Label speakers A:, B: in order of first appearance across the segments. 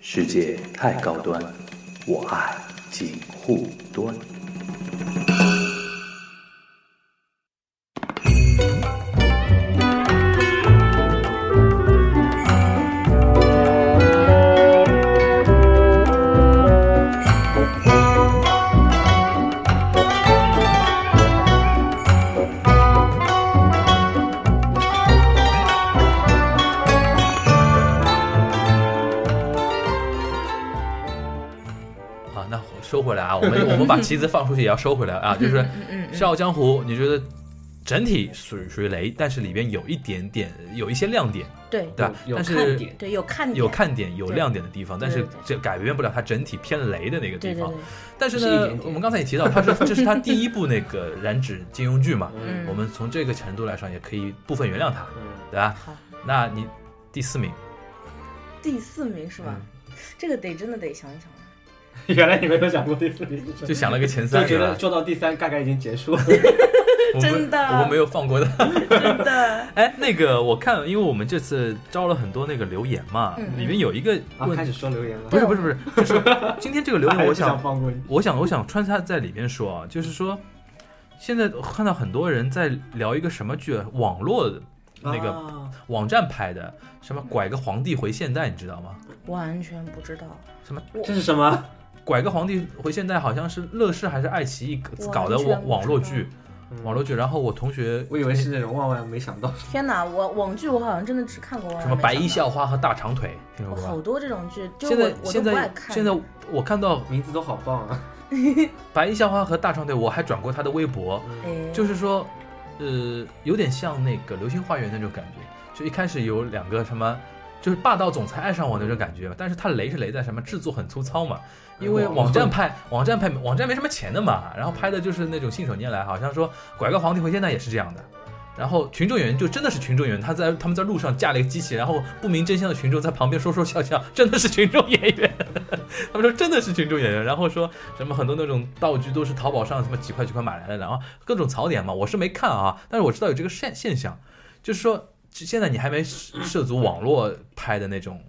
A: 世界太高端，我爱锦护端。
B: 啊，那收回来啊，我 们我们把棋子放出去也要收回来啊，就是
C: 嗯
B: 《笑傲江湖》，你觉得整体属于属于雷，但是里边有一点点有一些亮点，
C: 对
B: 对吧？但
D: 有有
B: 是
D: 看点
C: 对，有看点
B: 有看点有
C: 对
B: 亮点的地方，但
C: 对
B: 是
C: 对对
B: 这改变不了它整体偏雷的那个地
C: 对对
B: 方
C: 对。，
B: 但是
D: 是一
B: 呢
D: 点，点
B: 我们刚才也提到，它是 这是它第一部那个染指金庸剧嘛，
C: 嗯
B: 我们从这个程度来上也可以部分原谅它，
D: 嗯，
B: 对吧？
C: 好，
B: 那你第四名，
C: 第四名是吧？
B: 嗯
C: 这个得真的得想一想了。
D: 原来你没有想过第四名，
B: 就想了个前
D: 就
B: 三，
D: 觉
B: 对
D: 得
B: 吧？
D: 做到第三大概已经结束了。
B: 我们
C: 真的
B: 我们没有放过的。
C: 真的，
B: 哎，那个我看，因为我们这次招了很多那个留言嘛，
C: 嗯
B: 里面有一个
D: 啊，
B: 问
D: 开始说留言了，
B: 不是不是不是， 就是今天这个留言，我
D: 想
B: 想
D: 放过你。
B: 我想我想穿插在里面说啊，就是说，现在我看到很多人在聊一个什么剧啊，网络的那个
D: 啊
B: 网站拍的，什么拐个皇帝回现代，你知道吗？
C: 完全不知道，
D: 这是什么？
B: 拐个皇帝回现代好像是乐视还是爱奇艺
C: 我
B: 搞的
C: 完全
B: 网
C: 不
B: 网络
C: 知道
B: 剧，
D: 嗯
B: 网络剧。然后我同学
C: 啊
D: 我以为是那种万万没想到，
C: 天哪！我网剧我好像真的只看过《
B: 什么白衣
C: 笑
B: 校花和大长腿，听说过
C: 好
B: 吧？
C: 哦多这种剧，就
B: 现在
C: 我我都
B: 现
C: 不爱
B: 在
C: 看。
B: 现在我看到
D: 名字都好棒啊！
B: 白衣校花和大长腿，我还转过她的微博，
C: 哎
B: 就是说，呃，有点像那个《流星花园》那种感觉，就一开始有两个什么。就是霸道总裁爱上我那种感觉，但是他雷是雷在什么制作很粗糙嘛，因为网站拍网站拍网站没什么钱的嘛，然后拍的就是那种信手拈来，好像说拐个皇帝回现代也是这样的。然后群众演员就真的是群众演员，他在他们在路上架了一个机器，然后不明真相的群众在旁边说说笑笑，真的是群众演员。 他们说真的是群众演员，然后说什么很多那种道具都是淘宝上什么几块几块买来的，然后各种槽点嘛，我是没看啊，但是我知道有这个现现象，就是说现在你还没
D: 嗯
B: 涉涉足网络拍的那种，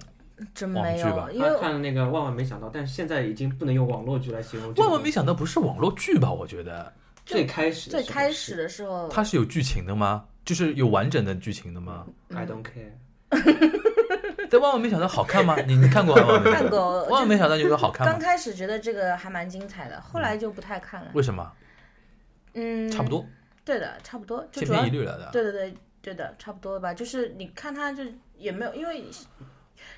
C: 真
B: 网
C: 没
B: 剧吧
C: 有，因
D: 他
C: 为
D: 看了那个万万没想到，但是现在已经不能用网络剧来形容这个。
B: 万万没想到不是网络剧吧？我觉得
D: 最开始
C: 最开始
D: 是
C: 的时候，
B: 它是有剧情的吗？就是有完整的剧情的吗？
D: 不是 I don't care，
B: 但万万没想到好看吗？你你看过万万没想
C: 看
B: 到？
C: 过，
B: 万万没想到你觉得好看
C: 刚
B: 吗？
C: 开始觉得这个还蛮精彩的，后来就不太看了。
B: 为什么？
C: 嗯，
B: 差不。多，
C: 对的，差不多，就
B: 千
C: 主要
B: 篇一律了的。啊
C: 对对对对的，差不多吧。就是你看他就也没有，因为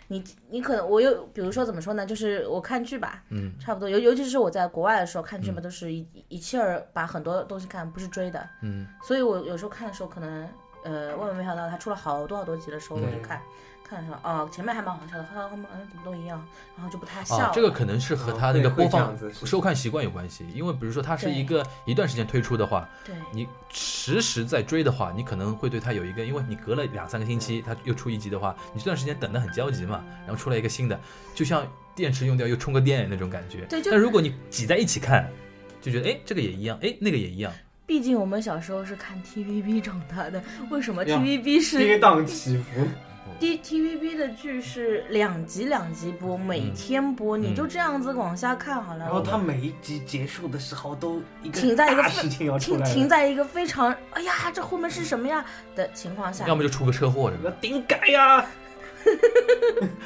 C: 你你可能我有，比如说怎么说呢，就是我看剧吧，
B: 嗯，
C: 差不多。尤尤其是我在国外的时候看剧嘛，都是一一气儿把很多东西看，不是追的。
B: 嗯，
C: 所以我有时候看的时候，可能呃万万没想到他出了好多好多集的时候，我就
D: 嗯
C: 看。看的时候，哦，前面还蛮好笑的，后来后面嗯怎么都一样，然后就不太笑了。
B: 啊，这个可能是和
D: 哦
B: 它
D: 会
B: 那个
D: 会
B: 播
D: 这
B: 放
D: 样子是
B: 收看习惯有关系，因为比如说它是
C: 对
B: 一个一段时间推出的话，
C: 对
B: 你时时在追的话，你可能会对它有一个，因为你隔了两三个星期，它又出一集的话，你这段时间等得很焦急嘛，然后出来一个新的，就像电池用掉又充个电那种感觉。
C: 对就
B: 但如果你挤在一起看，就觉得哎这个也一样，哎那个也一样，
C: 毕竟我们小时候是看 TVB 长大的，为什么
B: 啊
D: 呀
C: TVB 是
D: 跌宕起伏。
C: D TVB 的剧是两集两集播，每天播，
B: 嗯
C: 你就这样子往下看好了。
D: 然后他每一集结束的时候都一个
C: 停在一个
D: 大事情要出
C: 停
D: 来了，
C: 停在一个非常哎呀，这后面是什么呀的情况下
B: 要，么就出个车祸什
D: 什
B: 么
D: 么顶改呀，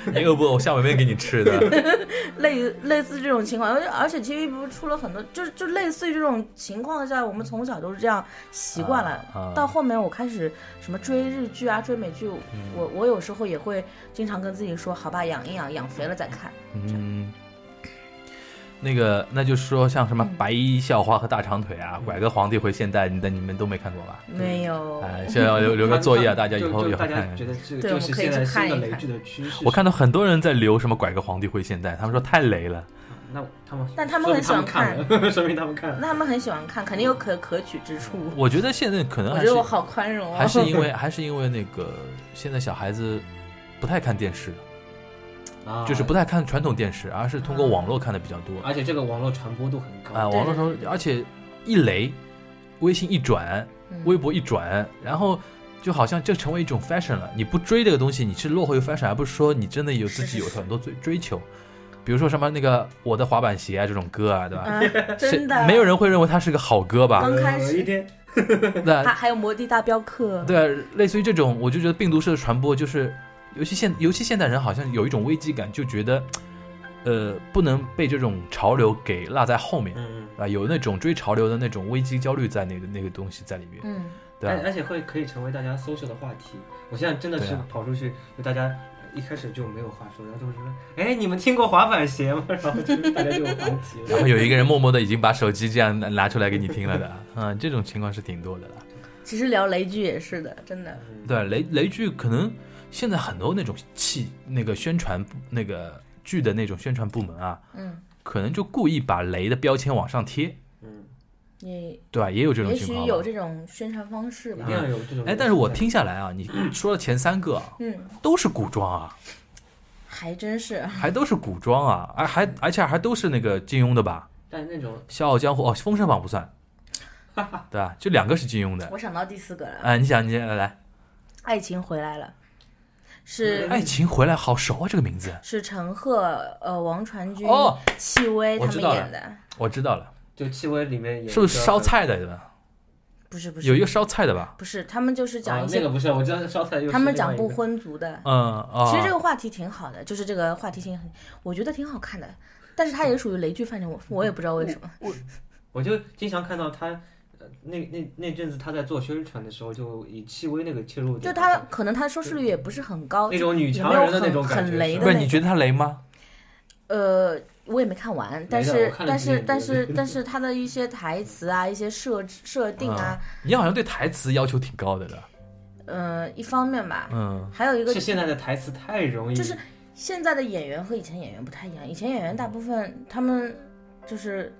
B: 的，你饿不饿？我下碗面给你吃的。
C: 类类似这种情况，而而且 TVB 不是出了很多，就是就类似于这种情况下，我们从小都是这样习惯了。
B: 啊啊
C: 到后面我开始什么追日剧啊、追美剧，
B: 嗯
C: 我我有时候也会经常跟自己说，好吧，养一养，养肥了再看。
B: 嗯，那个那就是说像什么
D: 嗯
B: 白衣校花和大长腿啊，拐个皇帝回现代，你的你们都没看过吧？
C: 没有，
B: 哎，这要留留 个作业啊，大家以
D: 哦就
B: 后
D: 就
B: 以后
D: 大
B: 看
D: 家
B: 看
D: 觉。得这个
C: 对
D: 就
C: 我们
D: 是
C: 可以
D: 现在
C: 去看
D: 新的
C: 一
D: 雷
C: 看
D: 剧的趋势。
B: 我看到很多人在留什么拐个皇帝回现代，他们说太雷了。
D: 那他们，
C: 但他们
D: 说
C: 很
D: 明
C: 喜欢
D: 看
C: 看
D: 了， 说明他们看了。
C: 那他们很喜欢看，肯定有可可取之处。
B: 我觉得现在可能
C: 我
B: 还
C: 觉
B: 是
C: 得我好宽容、哦，
B: 还是因 为还是因为那个现在小孩子不太看电视了，
D: 啊
B: 就是不太看传统电视，而是通过网络看的比较
C: 啊
B: 多。
D: 而且这个网络传播度很
B: 啊，
D: 高，
B: 网络上
C: 对对对
B: 而且一雷，微信一转，
C: 嗯
B: 微博一转，然后就好像这成为一种 fashion 了。你不追这个东西，你是落后于 fashion，而不是说你真的有自己有
C: 是是是
B: 很多追追求。比如说什么那个我的滑板鞋啊这种歌啊，对吧？
C: 啊，
B: 是
C: 真的
B: 没有人会认为它是个好歌吧？
C: 刚开
D: 呃、一
C: 始，
D: 天
B: 那
C: 还还有摩的大镖客，
B: 对啊，类似于这种，我就觉得病毒式的传播就是，尤其现尤其现代人好像有一种危机感，就觉得，呃，不能被这种潮流给落在后面，
D: 嗯，
B: 啊，有那种追潮流的那种危机焦虑在那个那个东西在里面，
C: 嗯，
B: 对啊
D: 而
B: 吧？
D: 而且会可以成为大家 social 的话题。我现在真的是
B: 对啊
D: 跑出去，就大家一开始就没有话说，然后就会说，哎，你们听过滑板鞋吗？ 然后就大家就有话题
B: 然
D: 了。
B: 后有一个人默默的已经把手机这样拿拿出来给你听了的， 嗯，这种情况是挺多的了。
C: 其实聊雷剧也是的，真的，
B: 对，啊雷雷剧可能现在很多那种戏那个宣传部那个剧的那种宣传部门啊，
C: 嗯，
B: 可能就故意把雷的标签往上贴，
D: 嗯，
C: 也
B: 对吧？也有这种
C: 也
B: 情
C: 许
B: 况吧。
C: 有这种宣传方式
D: 一
C: 吧
D: 定，要有这种。
B: 哎，但是我听下来啊，你说了前三个啊
C: 嗯，
B: 都是古装啊，
C: 还真是，
B: 还都是古装啊，而还而且还都是那个金庸的吧，
D: 但那种
B: 《笑傲江湖》哦，《封神榜》不算，对吧？就两个是金庸的。
C: 我想到第四个了，
B: 哎，你想，你来来，
C: 爱情回来了，是
B: 爱情回来好熟啊，这个名字。
C: 是陈赫、呃王传君、
B: 哦，
C: 戚薇他
B: 我
C: 们
B: 知道了
C: 演的，
B: 我知道了，
D: 就戚薇里面有一个
B: 是不是烧菜的？对吧？
C: 不是不是，
B: 有一个烧菜的吧？
C: 不是，他们就是讲
D: 啊
C: 一，些
D: 那个不是，我知道烧菜又是
C: 他们
D: 另外
C: 讲
D: 一
C: 不
D: 个
C: 婚族的。
B: 嗯哦，
C: 其实这个话题挺好的，就是这个话题性很，我觉得挺好看的。但是它
B: 嗯
C: 也属于雷剧范畴，我我也不知道为什么。
D: 我就经常看到他，呃，那那那阵子他在做宣传的时候，就以戚薇那个切入点，
C: 就它可能它收视率也不是很高，
D: 那种女
C: 也
D: 强
C: 没有
D: 人的那
C: 很
D: 种感觉
C: 很雷
D: 是
C: 的
B: 不是
C: 那
B: 你
C: 种。
B: 觉得他雷吗？
C: 呃，我也没看完，但
D: 没的
C: 是
D: 我看了
C: 但
D: 几
C: 是
D: 眼
C: 但
D: 就是
C: 但是它的一些台词啊，一些设置设定啊，
B: 嗯你好像对台词要求挺高的的。
C: 呃，一方面吧，
B: 嗯，
C: 还有一个
D: 是现在的台词太容易，
C: 就是现在的演员和以前演员不太一样，以前演员大部分他们就是，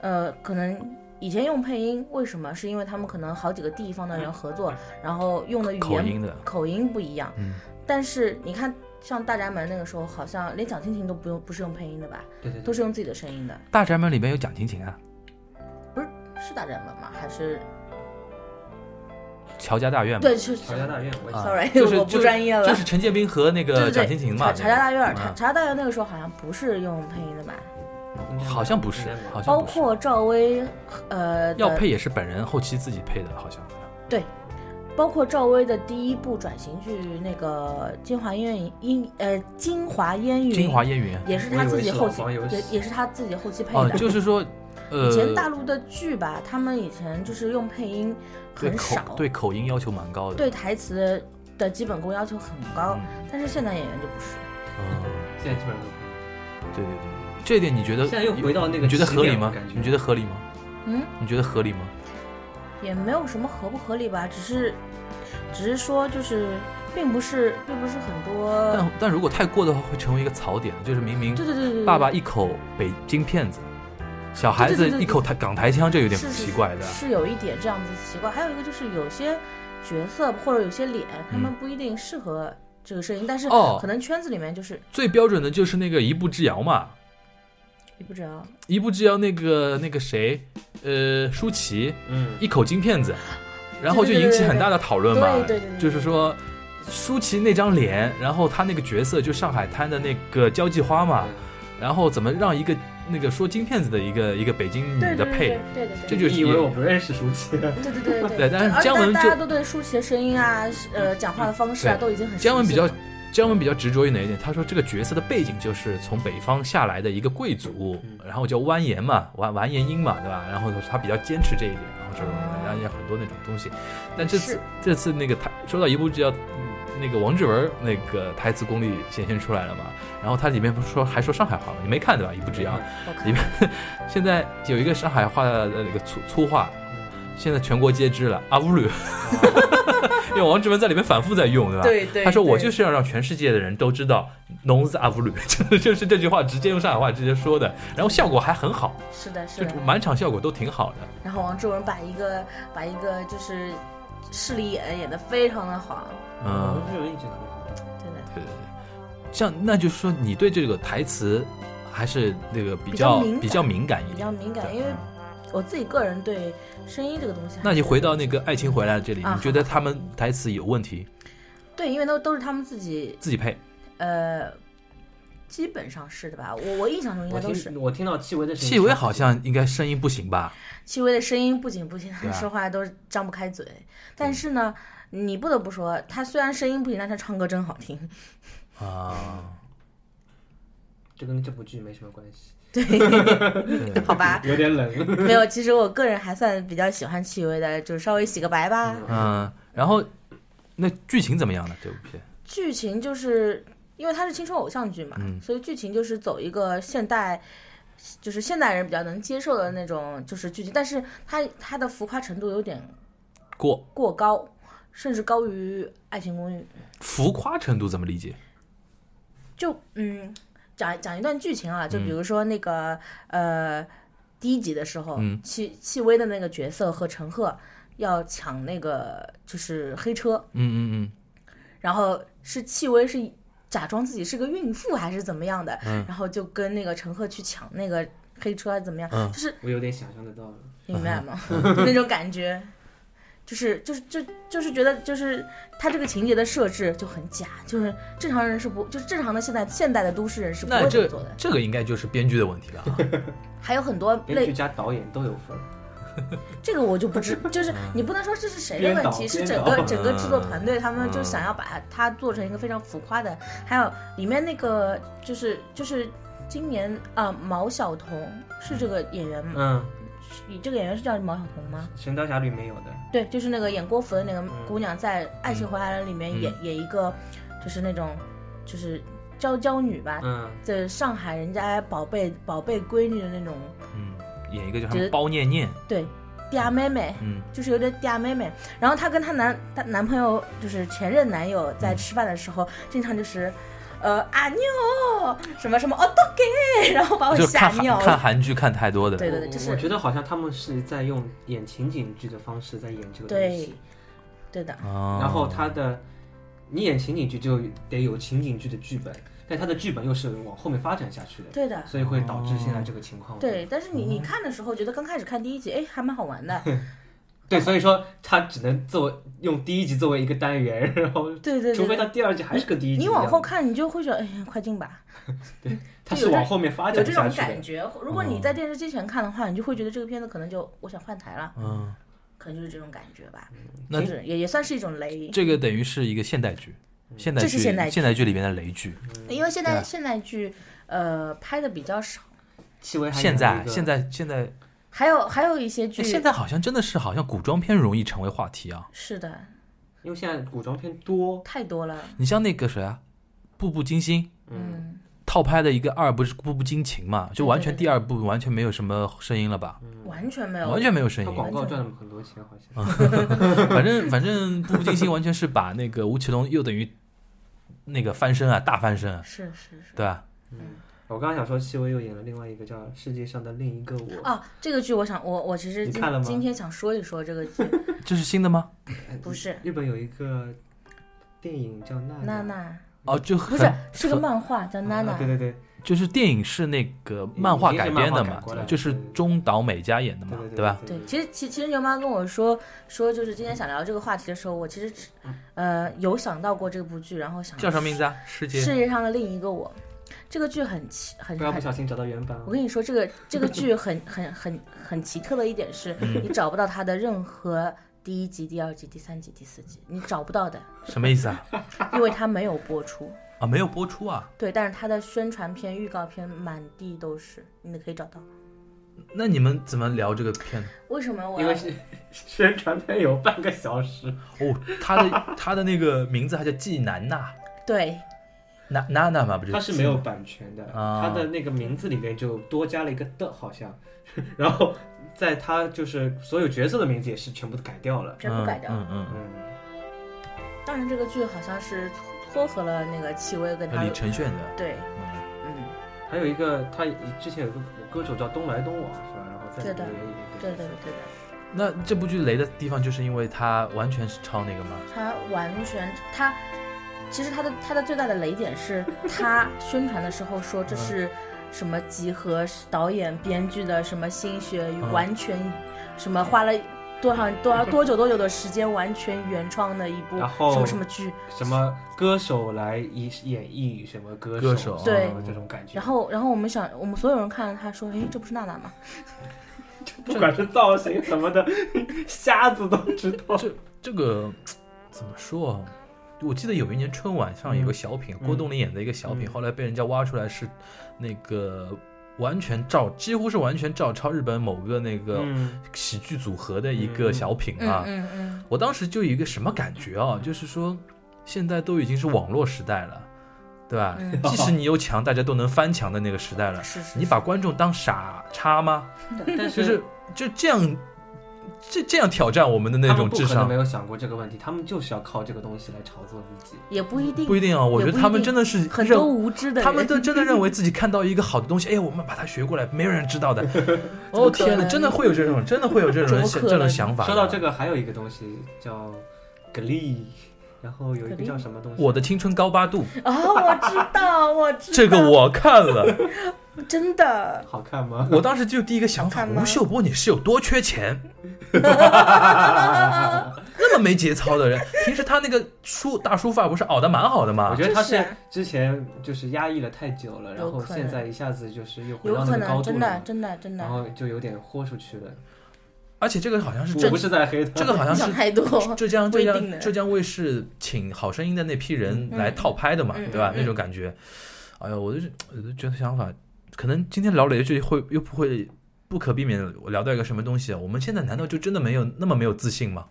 C: 呃，可能以前用配音，为什么？是因为他们可能好几个地方的人合作，然后用的语
B: 口
C: 言
B: 音的，
C: 口音不一样。
B: 嗯
C: 但是你看，像大宅门那个时候，好像连蒋勤勤都不用，不是用配音的吧？
D: 对对
B: 嗯
C: 都
D: 对，
C: 是用自己的声音的。
B: 《大宅门》里面有蒋勤勤啊，
C: 是大宅门吗？还是
B: 嗯乔家大院嘛。
C: 对，是
D: 乔家大院，我也
B: 啊
C: ，sorry，
B: 就是
C: 我不专业了。
B: 就是陈建斌和那
C: 对
B: 个
C: 对
B: 蒋
C: 对，
B: 勤勤嘛，
C: 查查家大院，
B: 嗯
C: 查查家大院那个时候好像不是用配音的吧？
D: 应该
B: 好像不是
D: 应该没，有
B: 好像
C: 包
B: 不是
C: 括赵薇，呃，
B: 要
C: 的
B: 配也是本人后期自己配的，好像
C: 包括赵薇的第一部转型剧那个《京华烟云》音呃《京华烟
B: 《
C: 云》，
B: 京华烟云》
C: 也是他自己后期
D: 我以为是老黄游
C: 也
D: 戏
C: 也是他自己后期配
B: 哦，
C: 的。
B: 就是说，呃
C: 以，前大陆的剧吧，他们以前就是用配音
B: 对
C: 很少
B: 口，对口音要求蛮高的。
C: 对台词的基本功要求很高，
B: 嗯，
C: 但是现在演员就不是。
B: 嗯，
D: 现在基本上都
B: 对对对，这一点你觉得
D: 现在又回到那个
B: 你觉得合理
D: 起点了
B: 吗
D: 感？觉
B: 你觉得合理吗？
C: 嗯，
B: 你觉得合理吗？
C: 也没有什么合不合理吧，只是只是说就是并不是并不是很多。
B: 但但如果太过的话，会成为一个槽点，就是明明
C: 对对对对对，
B: 爸爸一口北京片子，小孩
C: 对对
B: 子
C: 对对
B: 一口台港台腔，这有点
C: 是是
B: 奇怪的。
C: 是有一点这样子奇怪。还有一个就是有些角色或者有些脸，他们不一定适合这个声音，但是
B: 嗯哦
C: 可能圈子里面就是
B: 最标准的就是那个一步之遥嘛，
C: 你不知道
B: 一步之遥那个那个谁，呃，舒淇
D: 嗯，
B: 一口金片子，然后就引起很大的讨论嘛。
C: 对对对对对
B: 就是说，舒淇那张脸，然后她那个角色就上海滩的那个交际花
C: 嗯
B: 嘛，然后怎么让一个那个说金片子的一个一个北京女
C: 对
B: 的
C: 对对
B: 配，
C: 对对
B: 这
C: 对。
B: 就是
D: 你以为我不认识舒淇，
C: 对对对对
B: 对但是
C: 而且
B: 姜文
C: 大
B: 就嗯
C: 家都对舒淇的声音啊，呃，讲话的方式啊，
B: 对
C: 都已经很熟悉
B: 姜文比较
C: 了。
B: 姜文比较执着于哪一点？他说这个角色的背景就是从北方下来的一个贵族
D: 嗯，
B: 然后叫完颜嘛，完完颜英嘛，对吧？然后他比较坚持这一点，然后什么，然后也很多那种东西。但这次
C: 是
B: 这次那个台说到一部叫嗯那个王志文那个台词功力显现出来了嘛，然后他里面不是说还说上海话嘛，你没看对吧？一步之遥，
D: 嗯
C: 我看
B: 里面啊现在有一个上海话的那个粗粗话，现在全国皆知了，阿乌 鲁，因为王志文在里面反复在用，对吧？
C: 对对，
B: 他说：“我就是是要让全世界的人都知道聋子阿布鲁， 就是就是这句话直接用上海话直接说的，然后效果还很好，
C: 是的，是
B: 就
C: 的。
B: 满场效果都挺好的。
C: 然后王志文把一个把一个就是势利眼演的非常的好，
B: 嗯，
D: 这种一直特别好，
C: 真的
B: 对对对，像那就是说你对这个台词还是那个比
C: 比
B: 较
C: 较敏感
B: 比较敏感一
C: 比
B: 点
C: 较，敏感，
B: 对
C: 因为
B: 嗯
C: 我自己个人对声音这个东西还是，
B: 那你回到那个《爱情回来了》这里，
C: 啊
B: 你觉得他们台词有问题，
C: 对，因为都都是他们自己，
B: 自己配？
C: 呃，基本上是的吧？我我印象中应
D: 我
C: 该都是
D: 听我听到戚薇的声音，
B: 戚薇好像应该声音不行吧？
C: 戚薇的声音不仅不行，她
B: 对啊
C: 说话都张不开嘴。但是呢，你不得不说，她虽然声音不行，但她唱歌真好听。
B: 啊，
D: 这跟这部剧没什么关系，
C: 对，
B: 对
C: 好吧，
D: 有点冷。
C: 没有。其实我个人还算比较喜欢戚薇的，就是稍微洗个白吧。
B: 嗯，然后那剧情怎么样呢？这部片
C: 剧情就是因为它是青春偶像剧嘛，
B: 嗯
C: 所以剧情就是走一个现代，就是现代人比较能接受的那种就是剧情，但是它它的浮夸程度有点
B: 过
C: 过高，甚至高于《爱情公寓》。
B: 浮夸程度怎么理解？
C: 就嗯，讲讲一段剧情啊，就
B: 嗯
C: 比如说那个、呃，第一集的时候，
B: 嗯
C: 戚戚薇的那个角色和陈赫要抢那个就是黑车，
B: 嗯嗯
C: 然后是戚薇是假装自己是个孕妇还是怎么样的，
B: 嗯
C: 然后就跟那个陈赫去抢那个黑车还是怎么样，
B: 嗯
C: 就是
D: 我有点想象得到了，
C: 明白吗？ 那种感觉，就是就是就就是觉得就是他这个情节的设置就很假，就是正常人是不就是正常的现代现代的都市人
B: 嗯，
C: 是不会
B: 那
C: 这么
B: 这
C: 做的。
B: 这个应该就是编剧的问题了啊。
C: 还有很多
D: 编剧
C: 类，
D: 加导演都有份。
C: 这个我就不知，就是你不能说这是谁的问题，
D: 编导
C: 是整个
D: 编导
C: 整个制作团队他们
B: 嗯
C: 就想要把它做成一个非常浮夸的。还有里面那个就是就是今年啊、毛晓彤是这个演员吗？
D: 嗯，
C: 你这个演员是叫毛晓彤吗？
D: 《神雕侠侣》没有的，
C: 对，就是那个演郭芙的那
D: 嗯
C: 个姑娘，在《爱情回来了》里面演、演一个，就是那种，就是娇娇女吧，
D: 嗯，
C: 在上海人家宝贝宝贝闺女的那种，
B: 嗯，演一个叫什
C: 觉
B: 么
C: 得
B: 包念念，
C: 对，嗲妹妹，
B: 嗯
C: 就是有点嗲妹妹。然后她跟她男她男朋友，就是前任男友
B: 嗯
C: 在吃饭的时候，经常就是，呃啊妞什么什么哦都给， 然后把我
B: 就是
C: 哦吓
B: 看韩
C: 尿
B: 看
C: 了。
B: 韩剧看太多的，
C: 对对对，
D: 我
C: 就是
D: 我觉得好像他们是在用演情景剧的方式在演这个东西
C: 对，对的，
D: 嗯
B: 哦
D: 然后他的你演情景剧就得有情景剧的剧本，但他的剧本又是往后面发展下去的，
C: 对的。
D: 所以会导致现在这个情况。
C: 哦对，但是你
D: 嗯
C: 你看的时候，觉得刚开始看第一集，哎，还蛮好玩的。
D: 对，所以说他只能作为用第一集作为一个单元，然后
C: 对对对
D: 除
C: 对
D: 非他第二季还是跟第一集一
C: 你
D: 样
C: 往后，看，你就会觉得，哎呀，快进吧，
D: 他是往后面发
C: 有
D: 展
C: 这
D: 下
C: 种
D: 去
C: 感
D: 的。
C: 觉。如果
B: 嗯
C: 你在电视机前看的话，你就会觉得这个片子可能就我想换台了，
B: 嗯，
C: 可能就是这种感觉吧。
B: 那
C: 就是也也算是一种雷，
B: 这个等于是一个现代剧，
D: 嗯
B: 现代
C: 这
B: 剧
C: 是现代剧
B: 剧里面的雷剧。
C: 因为现
B: 对
C: 在
B: 啊
C: 现代剧呃拍的比较少，
D: 戚薇还
B: 现
D: 演了
B: 在
D: 一个
B: 现在现在
C: 还有还有一些剧
B: 哎现在好像真的是好像古装片容易成为话题啊。
C: 是的
D: 因为现在古装片多，
C: 太多了，
B: 你像那个谁啊，《步步惊心》
D: 嗯，
C: 嗯，
B: 套拍的一个二不是《步步惊情》嘛，就
C: 对
B: 完
C: 对
B: 全
C: 对
B: 第二部完全没有什么声音了吧？
C: 完全没有，
B: 嗯完全没有声
D: 他
B: 音，
D: 广告赚了很多钱，好像。
B: 反正反正《步步惊心》完全是把那个吴奇隆又等于那个翻身啊，大翻身啊，
C: 是是是
B: 对吧？
D: 我刚刚想说，戚薇又演了另外一个叫《世界上的另一个我》，
C: 啊，这个剧我想我我其实
D: 你
C: 今
D: 看了吗
C: 今天想说一说这个剧，
B: 这是新的吗？
C: 不是
D: 日本有一个电影叫《娜
C: 娜娜
B: 哦，就很
C: 不是是个
B: 很嗯
C: 漫画叫娜
D: 啊
C: 娜，
D: 对对对
B: 就是电影是那个漫画改编的
D: 已经是漫画
B: 嘛
D: 改过来，的
B: 就是中岛美嘉演的嘛，
D: 对
B: 吧？？
C: 对，其实其其实牛妈跟我说说，就是今天想聊这个话题的时候，我其实只呃有想到过这部剧，然后想
B: 叫什么名字啊？世
C: 世
B: 界
C: 界上的另一个我，这个剧很奇很
D: 不要不
C: 很。
D: 小心找到原版哦。
C: 我跟你说，这个这个剧很很很很奇特的一点是，你找不到它的任何第一集、第二集、第三集、第四集，你找不到的，
B: 什么意思啊？
C: 因为它没有播出。
B: 啊，没有播出啊？
C: 对，但是它的宣传片、预告片满地都是，你可以找到。
B: 那你们怎么聊这个片呢？
C: 为什么我
D: 因
C: 要
D: 为是 宣传片有半个小时，
B: 哦，他 的他的那个名字还叫季南娜，
C: 对
B: 娜娜娜嘛，不是？
D: 它是没有版权的，
B: 啊
D: 它的那个名字里面就多加了一个的，好像，然后在它就是所有角色的名字也是全部改掉了。
C: 全部改啊掉？
B: 嗯嗯嗯
D: 嗯，
C: 当然，这个剧好像是撮合了那个戚薇跟
B: 嗯，和
C: 他
B: 李承铉的，
C: 对，
B: 嗯，
C: 嗯，
D: 还有一个，他之前有个歌手叫东来东往，是吧？然后
C: 对
D: 在里
C: 的
D: 面也
C: 对
D: 有一
C: 对
D: 个
C: 对对的，
B: 那这部剧雷的地方就是因为它完全是抄那个嘛，
C: 他完全他
B: 嗯
C: 其实他的他的最大的雷点是他宣传的时候说这是什么集合导演、编剧的什么心血，
B: 嗯
C: 完全什么花了多少多少多久多久的时间，完全原创的一部
D: 然后
C: 什么什么剧。
D: 什么歌手来演演绎什么歌
B: 歌手
C: 对
D: 这种感觉。
C: 然后，然后我们想，我们所有人看了他说：“诶，这不是娜娜吗
D: 不管是造型什么的， 瞎子都知道。
B: 这这个怎么说啊？我记得有一年春晚上有个小品，
D: 嗯
B: 郭冬临演的一个小品，
D: 嗯
B: 后来被人家挖出来是那个完全照，几乎是完全照抄日本某个那个
D: 嗯，
B: 喜剧组合的一个小品？”啊。
C: 嗯嗯嗯，
B: 我当时就有一个什么感觉啊，就是说现在都已经是网络时代了，对吧？
C: 嗯
B: 即使你有墙，大家都能翻墙的那个时代了，
C: 是是，
B: 你把观众当傻叉吗？
D: 但
B: 就是是就这样，这这样挑战我们的那
D: 他
B: 种
D: 们不
B: 智
D: 可能
B: 商
D: 没。有想过这个问题，他们就是要靠这个东西来炒作自己。
C: 也不一定，
B: 不一定啊，我觉
C: 不
B: 得
C: 一
B: 他们
C: 定
B: 真的是
C: 很多
B: 认，
C: 无知的人，
B: 他们都真的认为自己看到一个好的东西，哎，我们把它学过来，没有人知 道的。哦
C: 么可
B: 天哪，
C: 能
B: 真的会有这种，真的会有这种
C: 怎么
B: 想
C: 可
B: 这种
C: 能
B: 想法。
D: 说到这，个，还有一个东西叫 Glee，然后有一个叫什么东西，
B: 我的青春高八度，
C: 啊、我知道，我知道
B: 这个我看 了，
C: 真 的
D: 好看吗？
B: 我当时就第一个想法，
C: 好看吗
B: 吴秀波你是有多缺钱？
C: 啊
B: 那么没节操的人，平时他那个梳大梳发不是熬得蛮好的
D: 我
B: 吗？
D: 觉得他
C: 就是是
D: 之前就是压抑了太久了，然
C: 有
D: 后
C: 可
D: 现
C: 能
D: 在一下子就是又回
C: 有
D: 到
C: 可
D: 那个高
C: 能，
D: 度
C: 真的
D: 了，
C: 真的真
D: 然
C: 的，
D: 后就有点豁出去了。
B: 而且这个好像是
D: 我
B: 浙
D: 不是在黑他，
B: 这个好像
C: 你
B: 是
C: 想太多，
B: 浙江
C: 不
B: 浙
C: 一哦定
B: 江
C: 的
B: 浙江卫视请《好声音》的那批人
C: 嗯
B: 来套拍的嘛，
C: 嗯
B: 对吧？
C: 嗯
B: 那种感觉，哎呀，我就是我就觉得想法，可能今天聊了一句会又不会不可避免地聊到一个什么东西啊？我们现在难道就真的没有那么没有自信吗？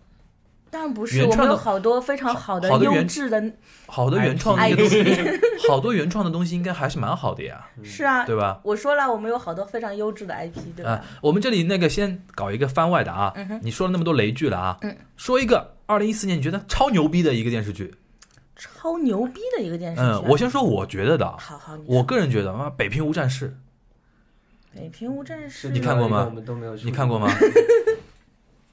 C: 当然不是，
B: 原
C: 我
B: 创的
C: 们有好多非常好的
B: 好好的原
C: 优质 的，
B: 好多
D: IP
B: 原创
C: 哎
B: 的一些东 西，好多原创的东西应该还是蛮好的呀，
C: 是啊，
B: 对吧？
C: 我说了，我们有好多非常优质的 IP，对
B: 啊
C: 吧？，
B: 我们这里那个先搞一个番外的啊，
C: 嗯哼
B: 你说了那么多雷剧了啊，
C: 嗯
B: 说一个二零一四年你觉得超牛逼的一个电视剧，
C: 超牛逼的一个电视剧啊。
B: 嗯，我先说我觉得的啊，
C: 好好，你
B: 我个人觉得妈《北平无战事》，
C: 北哎平无战
D: 是
C: 事，
B: 你看过吗
D: 我们都没有说，
B: 你看过吗？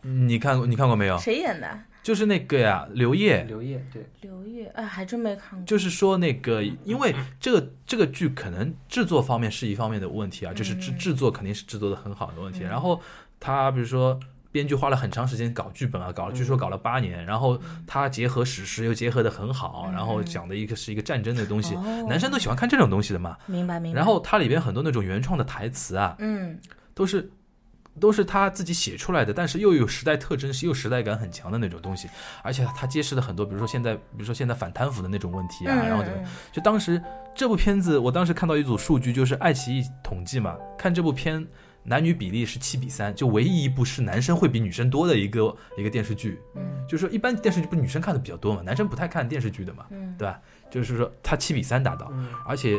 B: 你看过你看过没有？
C: 谁演的？
B: 就是那个呀，刘烨，
D: 刘烨对，
C: 刘烨，哎，还真没看过。
B: 就是说那个，因为这个这个剧可能制作方面是一方面的问题啊，就是制
C: 嗯
B: 制作肯定是制作的很好的问题。然后他比如说编剧花了很长时间搞剧本啊，搞了据
C: 嗯
B: 说搞了八年，然后他结合史实又结合的很好，然后讲的一个是一个战争的东西，
C: 嗯哦嗯
B: 男生都喜欢看这种东西的嘛。
C: 明白明白。
B: 然后它里边很多那种原创的台词啊，
C: 嗯，
B: 都是都是他自己写出来的，但是又有时代特征，又时代感很强的那种东西。而且他揭示了很多，比如说现在，比如说现在反贪腐的那种问题啊，
C: 嗯
B: 然后怎么样，就当时这部片子，我当时看到一组数据，就是爱奇艺统计嘛，看这部片男女比例是七比三，就唯一一部是男生会比女生多的一个一个电视剧。
C: 嗯
B: 就是说一般电视剧不是女生看的比较多嘛，男生不太看电视剧的嘛，
C: 嗯
B: 对吧？就是说他七比三达到，
D: 嗯，
B: 而且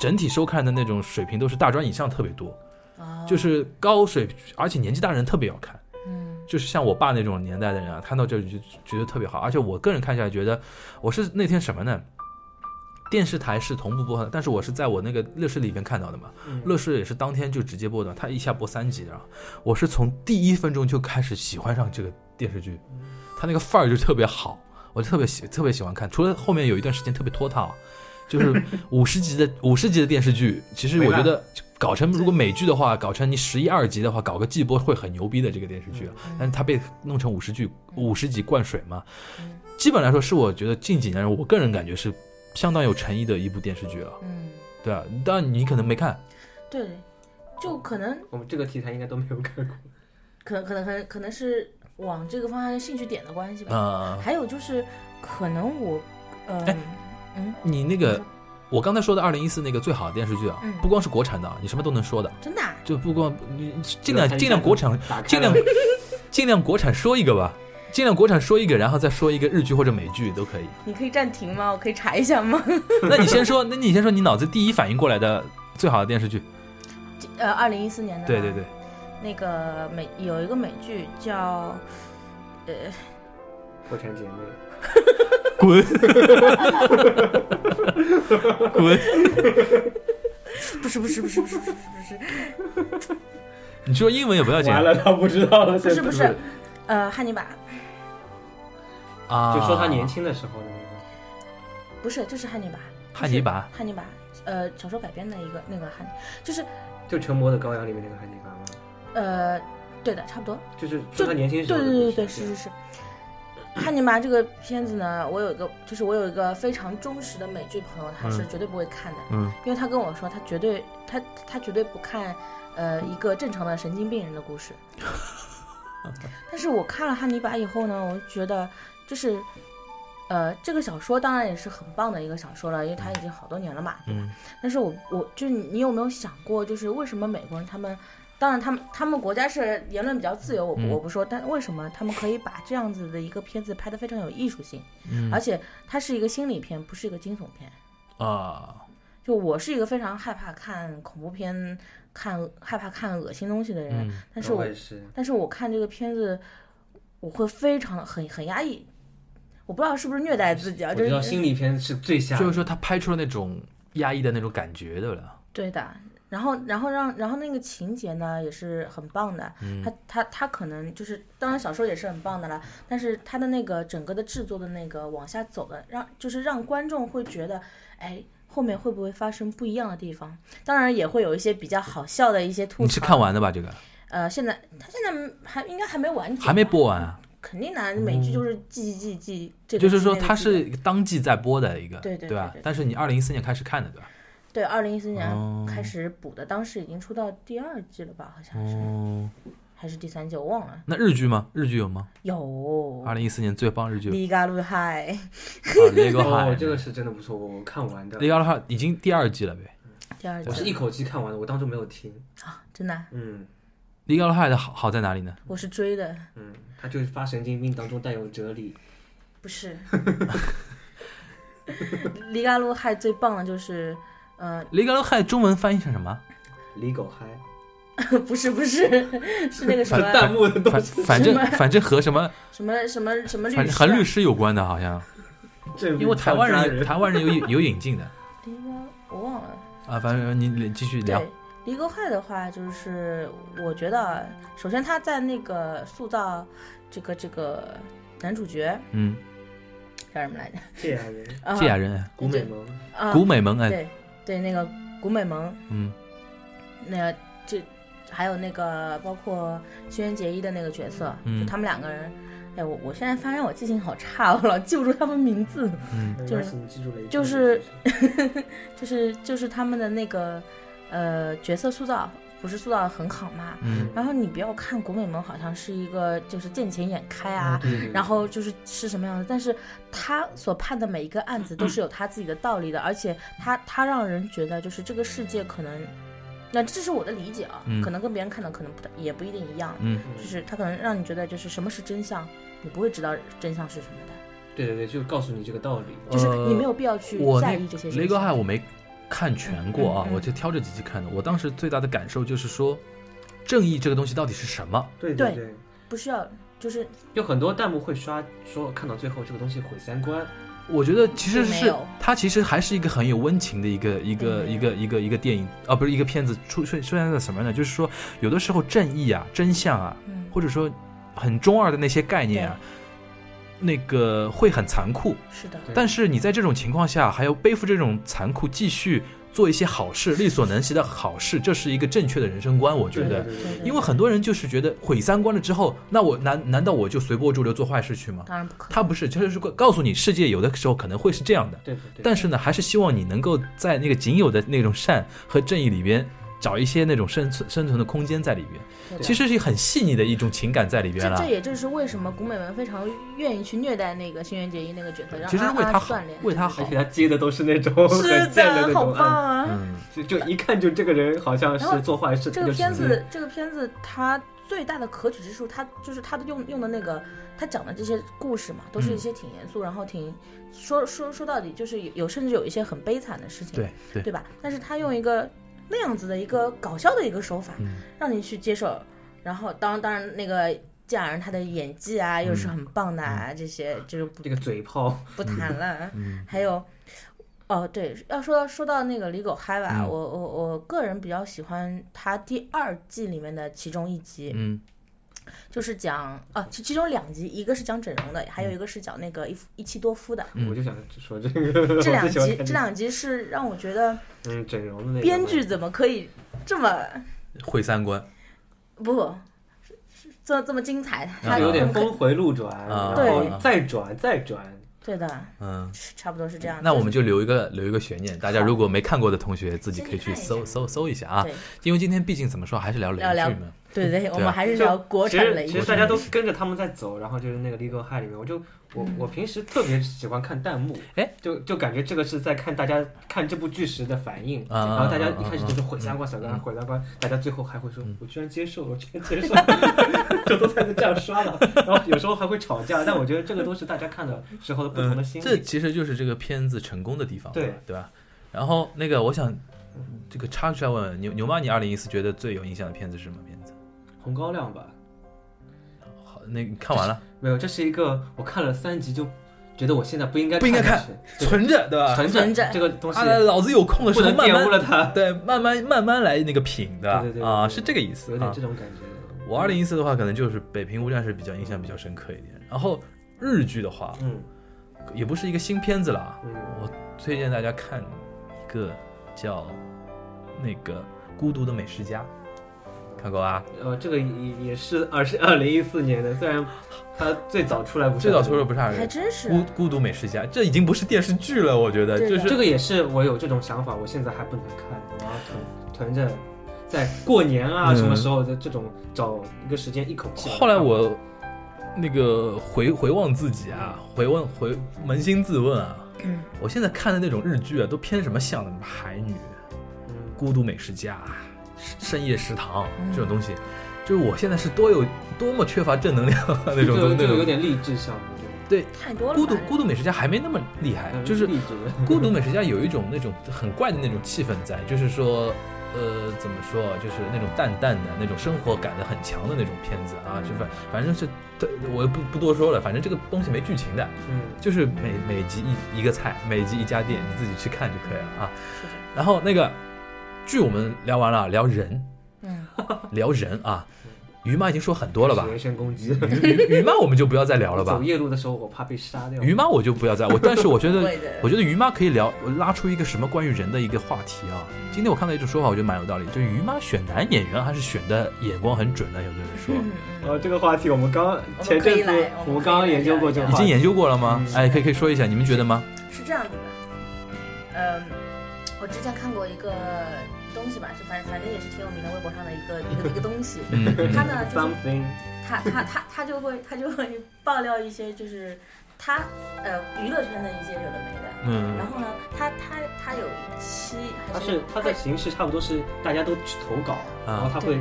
B: 整体收看的那种水平都是大专以上特别多。
C: 嗯，
B: 就
C: 哦
B: 是高水平，而且年纪大人特别要看，
C: 嗯
B: 就是像我爸那种年代的人啊，看到这里就觉得特别好。而且我个人看下来觉得，我是那天什么呢？电视台是同步播放的，但是我是在我那个乐视里边看到的嘛，
D: 嗯
B: 乐视也是当天就直接播的，它一下播三集的啊。我是从第一分钟就开始喜欢上这个电视剧，它那个范儿就特别好，我就特别喜特别喜欢看。除了后面有一段时间特别拖沓啊，就是 五十集的五十集的电视剧，其实
D: 没
B: 我
D: 办
B: 觉
D: 法
B: 得搞成如果美剧的话，搞成你十一二集的话，搞个季播会很牛逼的这个
D: 嗯
B: 电视剧啊。但是它被弄成五十剧五十集灌水嘛，
C: 嗯
B: 基本来说是我觉得近几年我个人感觉是相当有诚意的一部电视剧了，
C: 嗯，
B: 对啊，但你可能没看。
C: 对，就可能
D: 我们这个题材应该都没有看过。
C: 可能可能可能可能是往这个方向兴趣点的关系吧。
B: 呃，
C: 还有就是，可能我，
B: 哎
C: 嗯嗯，
B: 你那个我刚才说的二零一四那个最好的电视剧啊，
C: 嗯
B: 不光是国产的，啊，你什么都能说的，
C: 真的啊
B: 就不光你尽
D: 他
B: 量
D: 一
B: 尽量
D: 下
B: 国产，
D: 打开
B: 尽量
D: 了
B: 尽量国产说一个吧，尽量国产说一个，然后再说一个日剧或者美剧都 可以。
C: 你可以暂停吗？我可以查一 下吗？
B: 那你先说，那你先说你脑子第一反应过来的最好的电视剧，
C: 呃，二零一四年的，
B: 对对对，，
C: 那个美有一个美剧叫，呃，
D: 破产姐妹，
B: 滚滚，
C: 不是不是不是不是不是不是
B: 你说英文也不要紧
D: 完了他不知道了，
C: 不是
D: 现在
C: 不是，呃，汉尼拔
B: 啊，
D: 就说他年轻的时候的那
C: 不是就是汉尼拔，
B: 汉尼拔
C: 汉尼拔呃小说改编的一个那个汉，就是
D: 就《沉默的羔羊》里面那个汉尼拔吗？
C: 呃，对的，差不多。
D: 就是
C: 就
D: 说他年轻时
C: 对
D: 候
C: 对
D: 的
C: 对对
D: 故
C: 对，
D: 事
C: 是是是。汉尼拔这个片子呢，我有一个，就是我有一个非常忠实的美剧朋友，他是
B: 嗯
C: 绝对不会看的，
B: 嗯
C: 因为他跟我说，他绝对他他绝对不看，呃，一个正常的神经病人的故事。但是我看了《汉尼拔》以后呢，我就觉得就是，呃，这个小说当然也是很棒的一个小说了，因为它已经好多年了嘛，
B: 嗯
C: 但是我我就是你有没有想过，就是为什么美国人他们，当然他们他们国家是言论比较自由，我不
B: 嗯
C: 我不说，但为什么他们可以把这样子的一个片子拍得非常有艺术性，
B: 嗯
C: 而且它是一个心理片，不是一个惊悚片。
B: 啊，
C: 就我是一个非常害怕看恐怖片、看害怕看恶心东西的人，
B: 嗯
C: 但是我
D: 我也是，
C: 但是我看这个片子，我会非常很很压抑，我不知道是不是虐待自己啊，
D: 我
C: 就
D: 知道
C: 是
D: 心理片是最吓
B: 就是
D: 人的，
B: 说他拍出了那种压抑的那种感觉，对不对？
C: 对的。然后，然后让，然后那个情节呢也是很棒的，
B: 嗯
C: 他他他可能就是，当然小说也是很棒的啦，但是他的那个整个的制作的那个往下走的，让就是让观众会觉得，哎，后面会不会发生不一样的地方？当然也会有一些比较好笑的一些吐槽。
B: 你是看？完的吧？这个
C: 呃，现在他现在还应该还没完结，
B: 还没，播完啊，
C: 肯定的，美剧就是记记记这个
B: 就
C: 记
B: 是
C: 那个记的。
B: 说它是当季在播的一个，
C: 对对
B: 吧
C: 对对对？
B: 但是你二零一四年开始看的，对吧？
C: 对二零一四
B: 哦
C: 年开始补的，当时已经出到第二季了吧？好像是、
B: 哦，
C: 还是第三季，我忘了。
B: 那日剧吗？日剧有吗？
C: 有
B: 二零一四年最棒日剧《
C: 《嘎鲁嗨》。
B: 啊雷 格海
D: 哦，》，这个是真的不错，我看完的
B: 雷，格海已经第二季了呗。
C: 第二
D: 我是
C: 季
D: 一口气看完的，我当中没有停，
C: 啊，真的啊，
D: 嗯
B: 《Legal High》的好好在哪里呢？
C: 我是追的，
D: 嗯，他就是发神经病当中带有哲理，
C: 不是。离嘎路嗨最棒的就是，呃，
B: 《Legal High》中文翻译成什么？
D: 李狗嗨，
C: 不是不是， 是那个什么啊
D: 弹幕的东
B: 反
D: 西，
B: 反正反正和什么，
C: 什么什么什么律
B: 反
C: 师
B: 正
C: 啊，
B: 和律师有关的，好像，
D: 正
B: 因为台湾
D: 家
B: 人有台湾人有有引进的
C: 离嘎我忘了。
B: 啊。反正你继续聊
C: 对，离沟嗨的话，就是我觉得啊，首先他在那个塑造这个这个男主角
B: 嗯，
C: 叫什么来着？
D: 这样人，
C: 啊
B: 芥雅人、
D: 古美萌，
C: 啊，
B: 古美萌哎，
C: 对对，那个古美萌，
B: 嗯
C: 那这还有那个包括轩辕结衣的那个角色，
B: 嗯
C: 就他们两个人。哎，我我现在发现我记性好差，哦我老记不住他们名字。
B: 嗯
D: 没
C: 就
D: 关
C: 是
D: 系，你记住了，
C: 就是就是就是他们的那个呃角色塑造不是塑造的很好嘛？
B: 嗯
C: 然后你不要看古美萌好像是一个就是见钱眼开
B: 嗯
C: 啊，
D: 对，对对
C: 然后就是是什么样的，但是他所判的每一个案子都是有他自己的道理
B: 嗯
C: 的，而且他他让人觉得就是这个世界可能，那这是我的理解啊，
B: 嗯
C: 可能跟别人看的可能不太也不一定一样，
B: 嗯
D: 嗯
C: 就是他可能让你觉得就是什么是真相，你不会知道真相是什么的，
D: 嗯对对对，就告诉你这个道理，
C: 就是
B: 呃
C: 你没有必要去
B: 我
C: 在
B: 那
C: 意这些
B: 雷
C: 事
B: 格
C: 情。
B: 海我没看全过啊
C: 嗯，嗯嗯
B: 我就挑着几集看的。我当时最大的感受就是说，正义这个东西到底是什么？
D: 对
C: 对
D: 对，
C: 不需要，就是
D: 有很多弹幕会刷说看到最后这个东西毁三观，
B: 我觉得其实
C: 并没
B: 是
C: 有
B: 它其实还是一个很有温情的一个一个
C: 并没有
B: 一个一个一个电影啊，不是一个片子出出出现在什么呢？就是说有的时候正义啊、真相啊，
C: 嗯，
B: 或者说很中二的那些概念啊，那个会很残酷。
C: 是的，
D: 对
B: 但是你在这种情况下还要背负这种残酷，继续做一些好事，力所能及的好事，这是一个正确的人生观，我觉
D: 对
B: 得。
D: 对
C: 对对
B: 因为很多人就是觉得毁三观了之后，那我难难道我就随波逐流做坏事去吗？
C: 当然不可能。
B: 他不是，就是告告诉你，世界有的时候可能会是这样的，
D: 对对对，
B: 但是呢，还是希望你能够在那个仅有的那种善和正义里边，找一些那种生存生存的空间在里边。
C: 对的
B: 其实是很细腻的一种情感在里边
C: 这
B: 了
C: 这。也正是为什么古美文非常愿意去虐待那个轩辕结衣那个角色，让
B: 其实
C: 让
B: 为他好
C: 锻炼，，
B: 为他
D: 而
B: 好
D: 且，他接的都是那种 很
C: 是
D: 贱的那
C: 好
D: 种
C: 棒
D: 案
C: 啊！
B: 嗯，
D: 子，就就一看就这个人好像
C: 然后
D: 是做坏事，
C: 这
D: 他
C: 个
D: 就
C: 片
D: 直接
C: 子，这个片子它最大的可取之处，它就是它的用用的那个，它讲的这些故事嘛，都是一些挺严肃，然后挺说说说到底就是有有甚至有一些很悲惨的事情，
B: 对对，
C: 吧？但是它用一个那样子的一个搞笑的一个手法，
B: 嗯
C: 让你去接受，然后当当然那个。这样人他的演技啊，又是很棒的啊，这些就是不
D: 这个嘴炮，
C: 不谈了。
B: 嗯
C: 还有，哦，对，要说到说到那个李狗嗨吧，
B: 嗯
C: 我我我个人比较喜欢他第二季里面的其中一集，
B: 嗯
C: 就是讲啊，其其中两集，一个是讲整容的，还有一个是讲那个伊夫伊奇多夫的。
B: 嗯
D: 我就想说这个，
C: 这两
D: 我最喜欢
C: 集，
D: 看
C: 这两集是让我觉得
D: 嗯整容的那个
C: 编剧怎么可以这么
B: 毁三观，
C: 不是是这这么精彩？他
B: 啊
D: 有点
C: 怎么
D: 峰回路转，
B: 啊
D: 然
C: 对
D: 后再转再转，
C: 可对的，
B: 嗯。
C: 是差不啊多是这样。
B: 那我们就留一个留一个悬念，大家如果没看过的同学，自己可以去搜
C: 先看一下
B: 搜搜一下啊
C: 对。
B: 因为今天毕竟怎么说，还是聊雷
C: 聊聊
B: 剧嘛。
C: 对对，我
B: 对啊
C: 们还是聊国
D: 其
C: 产
D: 实
C: 雷
D: 其
C: 剧
D: 实。大家都跟着他们在走，然后就是那个《Legal High》里面，我就我我平时特别喜欢看弹幕，
B: 嗯哎，
D: 就就感觉这个是在看大家看这部剧时的反应，
B: 啊
D: 然后大家
B: 啊啊
D: 一开始
B: 啊嗯
D: 都是毁三观、毁三观、毁三观，大家最后还会说，我居然接受，我居然接受， 就都在这样刷了，然后有时候还会吵架，但我觉得这个都是大家看的时候的不同的心
B: 嗯这
D: 理，
B: 其实就是这个片子成功的地方，
D: 对
B: 吧对吧？然后那个我想这个插出来问问牛牛妈，你二零一四觉得最有印象的片子是什么片子？
D: 红高粱吧，
B: 好，那你看完了
D: 没有，这是一个我看了三集就觉得我现在不应该
B: 不应该
D: 看
B: 看
D: 下去，
B: 存着对吧？
D: 存
C: 存着
D: 这个东西
B: 啊，老子有空的时
D: 不
B: 候
D: 能
B: 慢
D: 玷
B: 慢
D: 污了它。
B: 对慢慢慢慢来那个品的
D: 对对对
B: 啊，
D: 对对
B: 是这个意思
D: 有
B: 啊
D: 点。这种感觉。
B: 我二零一四的话，可能就是《北平无战事》比较印象比较深刻一点。然后日剧的话，
D: 嗯
B: 也不是一个新片子了啊，
D: 嗯，
B: 我推荐大家看一个叫那个《孤独的美食家》，看过吧？
D: 呃，这个也也是二是 二零一四年的，虽然它最早出来不是
B: 最早出的不是
C: 还
B: 人，
C: 真是
B: 孤孤独美食家》，这已经不是电视剧了，我觉得
C: 对
B: 就
C: 的
B: 是
D: 这个也是我有这种想法，我现在还不能看，我要囤囤着，在过年啊
B: 嗯
D: 什么时候的这种找一个时间一口气把它看完。
B: 后来我那个回回望自己啊，回问回扪心自问啊，
C: 嗯
B: 我现在看的那种日剧啊，都偏什么像什么海女、
D: 嗯
B: 孤独美食家、啊深夜食堂
C: 嗯
B: 这种东西，就是我现在是多有多么缺乏正能量啊那种
D: 就
B: 那
D: 就有
B: 种。
D: 点励志项目，对
B: 对，
C: 太多了吧。
B: 孤独孤独美食家还没那么厉害，
D: 嗯
B: 就是
D: 励志的。
B: 孤独美食家有一种那种很怪的那种气氛在，就是说，呃，怎么说啊，就是那种淡淡的那种生活感的很强的那种片子啊，就反
D: 嗯
B: 反正是，对我不不多说了，反正这个东西没剧情的，
D: 嗯，
B: 就是每每集一一个菜，每集一家店，你自己去看就可以了啊。
C: 是的
B: 然后那个剧我们聊完了，啊聊人，
C: 嗯，
B: 聊人啊，于妈已经说很多了吧
D: 是？人身攻击。
B: 于于妈我们就不要再聊了吧
D: 走？夜路的时候，我怕被杀掉。
B: 于妈我就不要再我，但是我觉得
C: 对的
B: 我觉得于妈可以聊拉出一个什么关于人的一个话题啊。今天我看到一种说法，我觉得蛮有道理，就是于妈选男演员还是选的眼光很准的，有的人说。
C: 嗯
D: 呃，这个话题我们刚
C: 们
D: 前阵
C: 可以
D: 子
C: 来我们
D: 我
C: 可以
D: 们刚刚
C: 来
D: 研究过这个
B: 已
D: 话
B: 经
D: 题。
B: 研究过了吗？
D: 嗯
B: 哎，可以可以说一下，你们觉得吗？
C: 是这样子的，嗯，我之前看过一个东西吧，是反反正也是挺有名的微博上的一个一个一个东西，
B: 嗯，
C: 他呢就是
D: Something，
C: 他他他他就会他就会爆料一些就是他呃娱乐圈的一些有的没的，
B: 嗯
C: 然后呢他他他有一期还
D: 它是它的形式差不多是大家都去投稿，然后他会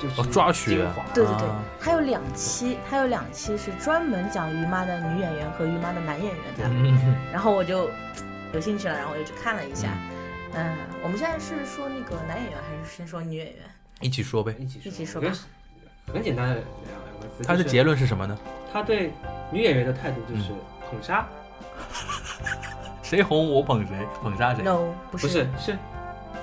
D: 就是
B: 啊哦抓取
D: 精华
C: 对对对
B: 啊，
C: 他有两期，他有两期是专门讲于妈的女演员和于妈的男演员的，
B: 嗯
C: 然后我就有兴趣了，然后我就去看了一下。嗯，我们现在是说那个男演员，还是先说女演员？
B: 一起说呗。
D: 一起说
C: 一起说
D: 我觉得
C: 吧
B: 哎
D: 是很简单的两两个词。
B: 他的
D: 就是
B: 结嗯论是什么呢？
D: 他对女演员的态度就是捧杀，
B: 谁红我捧谁，捧杀谁。
C: No，不
D: 不是是，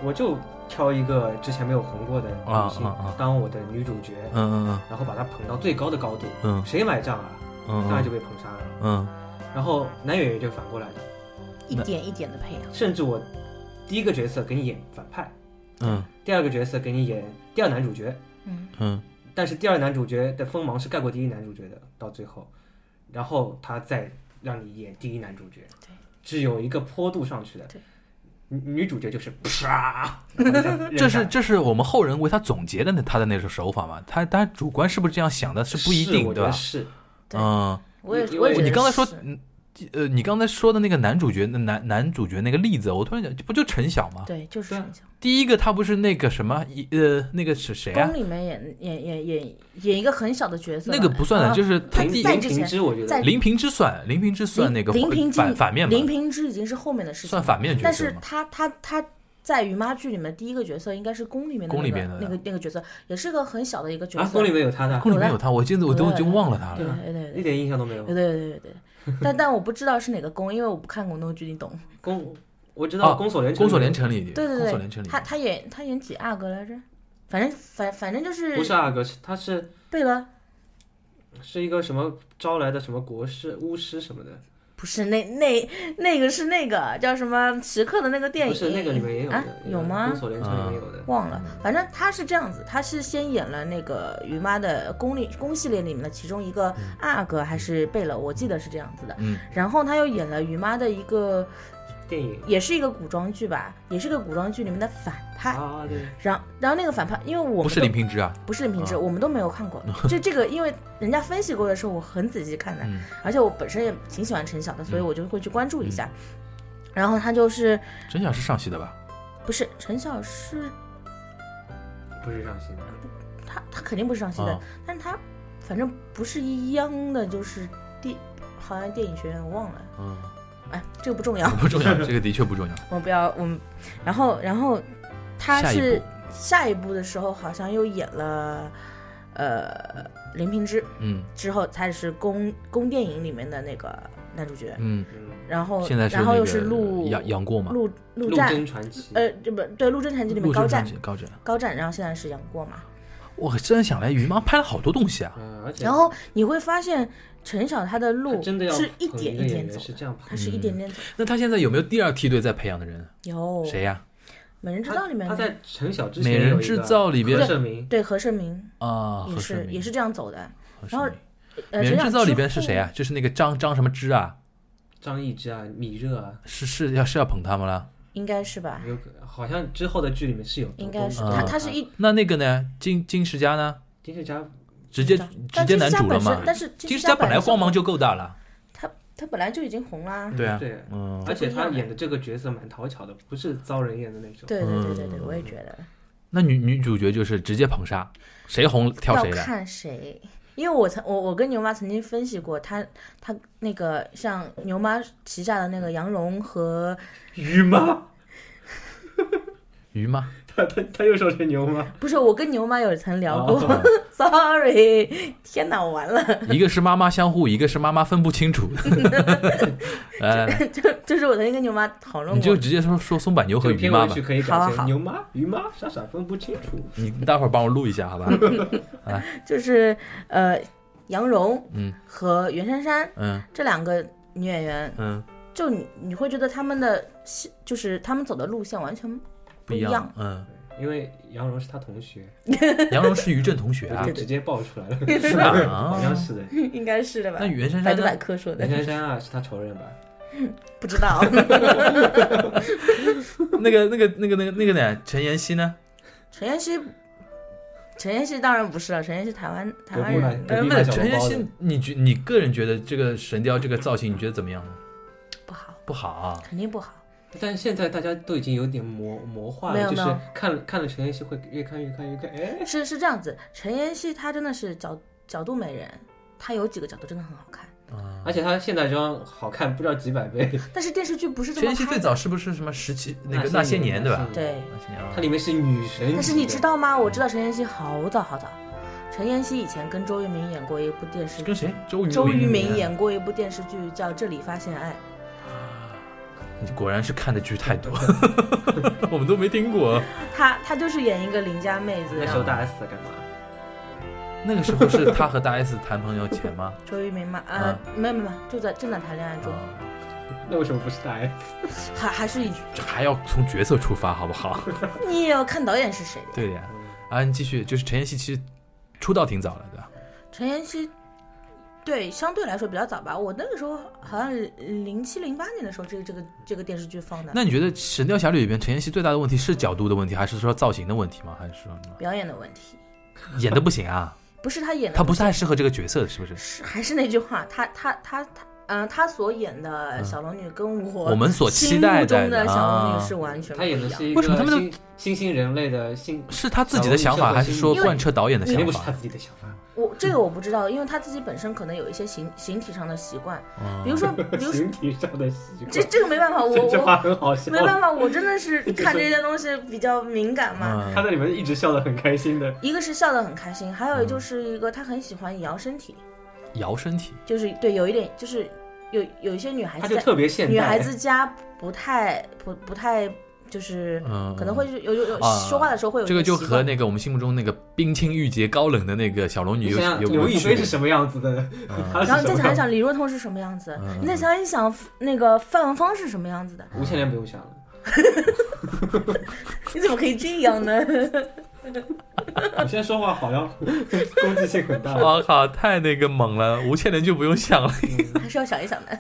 D: 我就挑一个之前没有红过的
B: 啊
D: 女性
B: 啊啊
D: 当我的女主角，
B: 嗯嗯
D: 然后把她捧到最高的高度，
B: 嗯
D: 谁买账啊？
B: 嗯嗯，
D: 当然就被捧杀了。
B: 嗯
D: 然后男演员就反过来了，
C: 一点一点的啊培养。
D: 甚至我第一个角色给你演反派，
B: 嗯
D: 第二个角色给你演第二男主角，
C: 嗯，
B: 嗯
D: 但是第二男主角的锋芒是盖过第一男主角的，到最后，然后他再让你演第一男主角，
C: 对，
D: 只有一个坡度上去的，
C: 对
D: 女女主角就是啪，然后一下 扔
B: 这是
D: 下
B: 这是我们后人为他总结的那他的那种手法嘛？他他主观是不是这样想的？是不一
D: 是
B: 定，
D: 我
B: 对
D: 觉得
B: 吧？
D: 是，
C: 对
B: 嗯，
C: 我也
D: 因为
C: 我也觉得
B: 你刚才说
C: 是，
B: 嗯，呃，你刚才说的那个男主角，那男男主角那个例子，我突然想，不就陈晓吗？
C: 对，就是
D: 对啊
C: 陈晓。
B: 第一个他不是那个什么，一呃，那个是谁啊
C: 宫？里面演演演演演一个很小的角色吧，
B: 那个不算的，
C: 啊
B: 就是他
C: 他
B: 第
D: 林
C: 在
D: 林
C: 之
D: 平
C: 前
D: 之，我觉
C: 在
D: 得
B: 林平之算，林平之算那个
C: 林林平之
B: 反反面
C: 林
B: 嘛，
C: 平之已经是后面的事情，
B: 算反面角
C: 但
B: 色
C: 是
B: 嘛。
C: 他他他在于妈剧里面第一个角色应该是宫里面的
B: 宫
C: 那
B: 里
C: 个
B: 面的
C: 那个那个角色，也是个很小的一个角
D: 啊，
C: 色。
D: 宫里面有他的，
B: 宫里面有他，我记得我都已经忘了他
C: 对
B: 了。
C: 对对
D: 一
C: 对
D: 点印象都没有
C: 对，对对对 对，但但我不知道是哪个宫，因为我不看宫斗剧，你懂。
D: 宫，我知
B: 啊
D: 道宫锁连城，
B: 宫锁连城里，
C: 对
B: 宫
C: 对
B: 锁
C: 对
B: 连城里，
C: 他他演他演几阿哥来着？反正反反正就是
D: 啊不是阿哥，是他是
C: 贝勒
D: 是一个什么招来的什么国师、巫师什么的，
C: 不是那那那个是那个叫什么时刻的那个电
D: 不
C: 影，
D: 是那个里面也有
C: 啊
D: 的，
C: 有吗嗯
D: 乌索连城里面有的，
C: 忘了，反正他是这样子，他是先演了那个于妈的宫里宫系列里面的其中一个阿哥还是贝勒，我记得是这样子的。
B: 嗯
C: 然后他又演了于妈的一个，
D: 电影
C: 也是一个古装剧吧，也是个古装剧里面的反派。
D: 啊，对，
C: 然然后那个反派，因为我们
B: 不是
C: 都
B: 林平之啊，
C: 不是林平之，
B: 啊
C: 我们都没有 看过。就这个，因为人家分析过的时候，我很仔细看的，
B: 嗯
C: 而且我本身也挺喜欢陈晓的，所以我就会去关注一下。
B: 嗯
C: 然后他就是
B: 真晓是上戏的吧？
C: 不是陈晓是
D: 不是上新的，
C: 啊他他肯定不是上戏的，
B: 啊
C: 但他反正不是一样的，就是电好像电影学院我忘了，
B: 嗯，
C: 哎，这个不 重要，
B: 啊不重要，这个的确不重要。
C: 我们不要我们，然后然后他
B: 下一
C: 是
B: 部
C: 下一部的时候好像又演了呃林平之，
B: 嗯
C: 之后才是宫宫电影里面的那个男主角，
B: 嗯，
D: 嗯，
C: 然后
B: 现在是
C: 然后
B: 那
C: 又
B: 个
C: 是陆
B: 杨杨过嘛，
C: 陆陆
D: 陆
C: 战
D: 贞传奇，
C: 呃这不对陆贞传奇里面
B: 陆
C: 高
B: 贞传
C: 湛
B: 奇高湛，
C: 高湛，然后现在是杨过嘛，
B: 我真想来于妈拍了好多东西啊，
D: 嗯，而且
C: 然后你会发现陈晓他的
D: 他
C: 路
D: 真的要
C: 是一
D: 捧
C: 点
D: 个
C: 一
D: 演
C: 点
D: 员
C: 走
D: 是
C: 的，
D: 这样捧
C: 他是一
B: 嗯
C: 点点走。
B: 那他现在有没有第二梯队在培养的人？
C: 有
B: 谁呀？
C: 美人制
D: 他
C: 造》里面
D: 他在陈晓之前
B: 美人制造里边
D: 何舍明，
C: 对何晟铭
B: 啊，
C: 哦也
B: 何世
C: 是
B: 明
C: 也是这样走的。
B: 何世
C: 然后
B: 明
C: 呃，
B: 美人
C: 陈
B: 制
C: 晓
B: 造
C: 之
B: 里边是谁啊
C: 后？？
B: 就是那个张张什么之啊？
D: 张易之啊，米热啊，
B: 是是要是要捧他们了？
C: 嗯应该是吧？
D: 有可好像之后的剧里面是有多，
C: 应该是
D: 多
C: 他，
B: 嗯
C: 他是一
B: 那那个呢？金金世佳呢？
D: 金世佳
B: 直接
C: 张
B: 直接男主了嘛？
C: 但是
B: 金
C: 金
B: 世
C: 世佳
B: 佳本来
C: 是
B: 光芒就够大了，
C: 他他本来就已经红啦。
B: 对啊，
D: 对，
B: 嗯，
D: 而且
C: 不一样
D: 他
C: 的
D: 演的这个角色蛮讨巧的，不是遭人厌的那种。
C: 对对对对对，
B: 嗯
C: 我也觉得
B: 那女女主角就是直接捧杀，谁红跳
C: 要
B: 谁来。
C: 看谁。因为我曾我我跟牛妈曾经分析过，她她那个像牛妈旗下的那个杨蓉和
D: 鱼吗？
B: 于妈，
D: 他他他又说成牛吗？
C: 不是我跟牛妈有曾聊过、
D: 哦
C: s o r r y 天哪，我完了。
B: 一个是妈妈相互，一个是妈妈分不清楚。 来来来，
C: 就就是我曾经跟牛妈讨论
B: 你就
C: 过，
B: 直接说说松柏牛和
D: 这个
B: 于
D: 片
B: 妈
D: 尾
B: 吧
D: 曲，可以
C: 好
D: 改
C: 好好
D: 成牛妈、鱼妈，傻傻分不清楚。
B: 你你待会儿帮我录一下，好吧？
C: 就是呃，杨蓉
B: 嗯
C: 和袁姗姗
B: 嗯
C: 这两个女演员，
B: 嗯，
C: 就你你会觉得她们的戏，就是她们走的路线完全
B: 不一
C: 一样
B: 样。。嗯，
D: 因为杨蓉是他同学，
B: 杨蓉是于正同学
D: 我
B: 啊
D: 就，直接爆出来 了，
B: 是吧？
D: 好 像
B: 啊，
D: 是的。
C: 应该是的吧
B: 那袁姗
C: 百
B: 姗
C: 度
B: 呢
C: 百科说的
D: 袁，姗姗啊，是他仇人吧？
C: 不知道。
B: 那个那个那个那个那个呢？陈妍希呢？
C: 陈妍希，陈妍希当然不是了，陈妍希台湾台湾
D: 隔壁
C: 人
D: 嘛，隔
B: 哎，
D: 壁
B: 不
D: 卖
B: 是
D: 小
B: 陈
D: 笼
B: 妍
D: 包的
B: 希，你觉你个人觉得这个《神雕》这个造型，你觉得怎么样呢？
C: 不好，
B: 不好啊，
C: 肯定不好。
D: 但现在大家都已经有点魔魔化
C: 没
D: 了，
C: 有
D: 就是
C: 没有
D: 看了看了陈妍希会越看越看越看，哎，
C: 是是这样子，陈妍希她真的是角角度美人，她有几个角度真的很好看，
B: 啊
D: 而且她现代装好看不知道几百倍。
C: 但是电视剧不是这
B: 陈
C: 么
B: 妍希
C: 拍
B: 最
C: 的。
B: 早是不是什么十七那个
D: 那
B: 那些年对吧？
C: 对，
B: 那些年啊
D: 它，里面是女神级的，
C: 但是你知道吗？我知道陈妍希好早好早，陈妍希以前跟周渝民演过一部电视
B: 跟
C: 剧，
B: 谁？周渝
C: 周渝民
B: 民，
C: 演过一部电视剧叫《这里发现爱》，
B: 你果然是看的剧太多， 我们都没听过。
C: 她她就是演一个邻家妹子，啊
D: 那时
C: 然
D: 候
C: 后
D: 大 S 在干嘛？
B: 那个时候是他和大 S 谈朋友前吗？
C: 周渝民嘛，呃，
B: 嗯
C: 没有没有没有，就在正在谈恋爱中，
B: 啊，
D: 那为什么不是大 S？
C: 还还是以
B: 这还要从角色出发，好不好？
C: 你也要看导演是谁的。
B: 对呀。啊，你继续，就是陈妍希其实出道挺早了，对吧？
C: 陈妍希，对，相对来说比较早吧。我那个时候好像零七零八年的时候，这个这个这个电视剧放的，
B: 那你觉得《神雕侠侣》里边陈妍希最大的问题是角度的问题，还是说造型的问题吗？还是说什么
C: 表演的问题，
B: 演的不行啊？
C: 不是她演的，
B: 她不太适合这个角色，是不是？
C: 是还是那句话，她她她她。嗯，她所演的小龙女跟我
B: 嗯我们所期待
C: 心
B: 的
C: 目中的小龙女
B: 啊
C: 是，完全不
D: 她
C: 一
D: 演
C: 样
D: 的是一
B: 为
D: 个
B: 什么他们都
D: 新新兴人类的新，
B: 是她自己的想法，还是说贯彻导演的
D: 肯定
B: 想
D: 不是她
B: 法？
D: 自己的想法。
C: 我这个我不知道，因为她自己本身可能有一些形形体上的习惯，
B: 嗯
C: 比如说， 比如说
D: 形体上的习惯，
C: 这这个没办法，我
D: 这这话
C: 我
D: 很好笑
C: 没。办法，我真的是
D: 就是
C: 看这些东西比较敏感嘛。
D: 她
B: 嗯，
D: 在里面一直笑得很开心的，
C: 一个是笑得很开心，还有就是一个她很喜欢摇身体，
B: 摇身体，
C: 就是对，有一点就是有有一些女孩
D: 她
C: 子
D: 就
C: 在
D: 特别现代。
C: 女孩子家不太不不太就是
B: 嗯
C: 可能会是有有有
B: 啊
C: 说话的时候会有
B: 这个
C: 一些
B: 就
C: 习
B: 和
C: 惯
B: 那个我们心目中那个冰清玉洁、高冷的那个小龙女
D: 你
B: 有
D: 想想
B: 有
D: 刘
B: 有
D: 亦
B: 区
D: 菲
B: 别
D: 是。什么样子的？
B: 嗯
D: 她
C: 然后
D: 是
C: 你再想
D: 什么
C: 一
D: 样子？
C: 想李若彤是什么样子，
B: 嗯
C: 你再想一想那个范文芳是什么样子的，
D: 吴千年不用想了，
C: 你怎么可以这样呢？
D: 我现在说话好像攻击性很大。
B: 我靠，太那个猛了！吴倩莲就不用想了，
C: 还是要想一想的。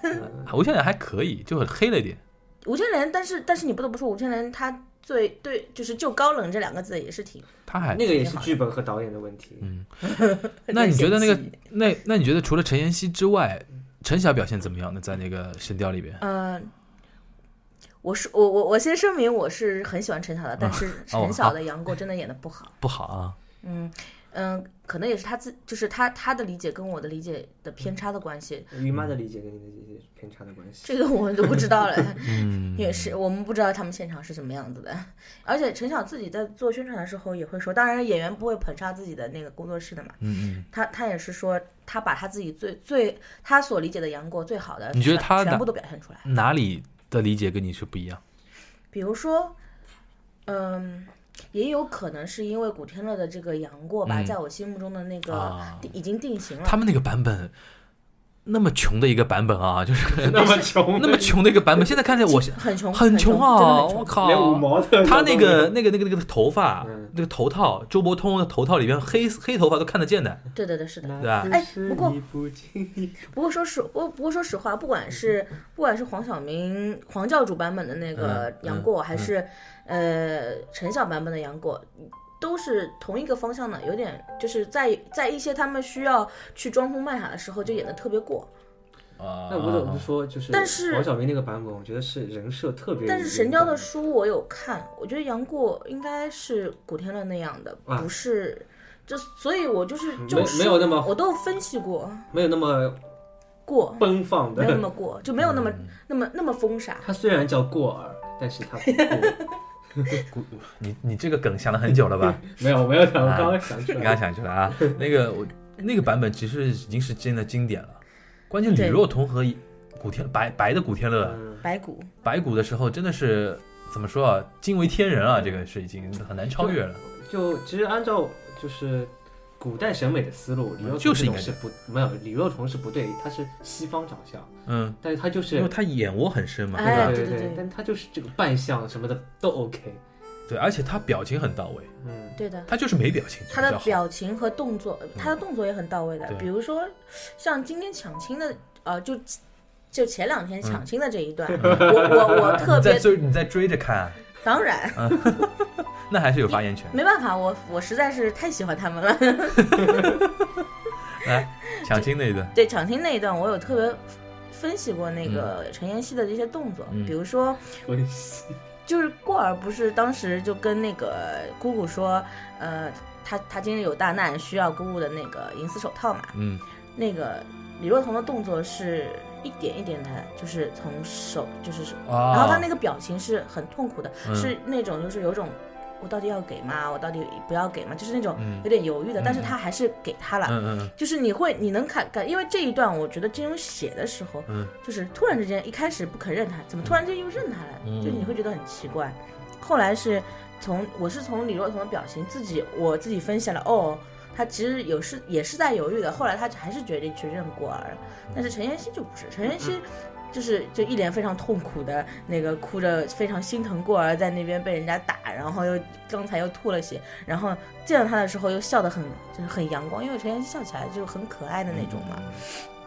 B: 吴倩莲还可以，就很黑了一点。
C: 吴倩莲，但是但是你不得不说，吴倩莲她最对就是就高冷这两个字也是挺
B: 她还
D: 那个也是剧本和导演的问题。
C: 嗯
B: 那你觉得那个
C: 很神奇
B: 那那你觉得除了陈妍希之外，陈晓表现怎么样呢？在那个《神雕》里边，
C: 呃，我是我我我先声明，我是很喜欢陈晓的，但是
B: 哦
C: 陈晓的杨过真的演的不好。
B: 不好啊。
C: 嗯嗯，可能也是他自就是他他的理解跟我的理解的偏差的关系，
D: 于妈的理解跟你的理解偏差的关系。
C: 这个我们都不知道了。
B: 嗯，
C: 也是，我们不知道他们现场是什么样子的。而且陈晓自己在做宣传的时候也会说，当然演员不会捧杀自己的那个工作室的嘛。
B: 嗯
C: 他他也是说，他把他自己最最他所理解的杨过最好的，
B: 你觉得他哪
C: 全部都表现出来。
B: 嗯，哪里的理解跟你是不一样？
C: 比如说，嗯，也有可能是因为古天乐的这个杨过吧，
B: 嗯
C: 在我心目中的那个、
B: 啊
C: 已经定型了。
B: 他们那个版本，那么穷的一个版本啊，就是
D: 那么穷，
B: 那么穷的一个版本，现在看 起来我是
C: 很穷，
B: 很
C: 穷
B: 穷
C: 真
B: 啊！
C: 的很
B: 我
C: 穷。
B: 靠，
D: 连五毛的。
B: 他那个那个那个那个头发
D: 嗯，
B: 那个头套，周伯通的头套里边黑黑头发都看得见的。
C: 对对对，是的。
D: 嗯
B: 对吧
C: 哎不过
D: 不经意
C: 不过说实，我不过说实话，不管是不管是黄晓明黄教主版本的那个
B: 嗯
C: 杨过，
B: 嗯
C: 还是呃陈晓版本的杨过。都是同一个方向的，有点就是在在一些他们需要去装疯卖傻的时候，就演的特别过。
B: 啊
D: 那我怎么说就是？
C: 但是
D: 黄晓明那个版本，我觉得是人设特别。
C: 但是《神雕》的书我有看，我觉得杨过应该是古天乐那样的，
D: 啊
C: 不是，就所以，我就是
D: 没
C: 就是
D: 没有那么
C: 我都分析过
D: 没有那么
C: 过，
D: 奔放
C: 没有 那
D: 的。
C: 么过，就没有那么、
B: 嗯
C: 那么那么疯傻。
D: 他虽然叫过儿，但是他不 过。
B: 你你这个梗想了很久了吧？
D: 没有没有，我
B: 啊
D: 刚刚想 出
B: 你
D: 来。
B: 刚想起来 啊，那个我那个版本其实已经是真的经典了。关键李若彤和古天白白的古天乐
D: 嗯
C: 白骨
B: 白骨的时候，真的是怎么说啊？惊为天人啊！这个是已经很难超越了。
D: 就其实按照就是古代审美的思路，李若彤
B: 嗯就是
D: 这
B: 应
D: 种
B: 该
D: 是不没有李若彤是不对，她是西方长相，
B: 嗯，
D: 但是她就是
B: 因为他眼窝很深嘛，
C: 哎
B: 对吧？
D: 对
C: 对对
D: 对，但她就是这个扮相什么的都 OK，
C: 哎
B: 对，而且他表情很到位，
D: 嗯，
C: 对的，
B: 他就是没表情。
C: 他
B: 比
C: 的
B: 较好嗯
C: 表情和动作，他的动作也很到位的。
B: 对
C: 比如说像今天抢亲的，呃，就就前两天抢亲的这 一段，我我我特
B: 嗯你在
C: 别
B: 追你在追着看啊，
C: 当然。
B: 那还是有发言权。
C: 没办法，我我实在是太喜欢他们了。
B: 来，抢亲那一段，
C: 对抢亲那一段，我有特别分析过那个陈妍希的这些动作，
B: 嗯
C: 比如说
D: 关系
C: 就是过儿不是当时就跟那个姑姑说，呃，他他今日有大难，需要姑姑的那个银丝手套嘛。
B: 嗯
C: 那个李若彤的动作是一点一点的，就是从手就是手，
B: 啊
C: 然后他那个表情是很痛苦的，
B: 嗯
C: 是那种就是有种我到底要给吗？我到底不要给吗？就是那种
B: 嗯
C: 有点犹豫的，
B: 嗯
C: 但是他还是给他了。
B: 嗯嗯
C: 就是你会，你能感感，因为这一段我觉得金庸写的时候，
B: 嗯，
C: 就是突然之间一开始不肯认他，怎么突然间又认他了？
B: 嗯
C: 就是你会觉得很奇怪。后来是从我是从李若彤的表情自己我自己分析了，哦，他其实有是也是在犹豫的。后来他还是决定去认过儿了，
B: 嗯
C: 但是陈妍希就不是，陈妍希。就是就一脸非常痛苦的那个，哭着非常心疼过儿在那边被人家打，然后又刚才又吐了血，然后见到他的时候又笑得很就是很阳光，因为陈妍希笑起来就是很可爱的那种
B: 嗯
C: 嘛。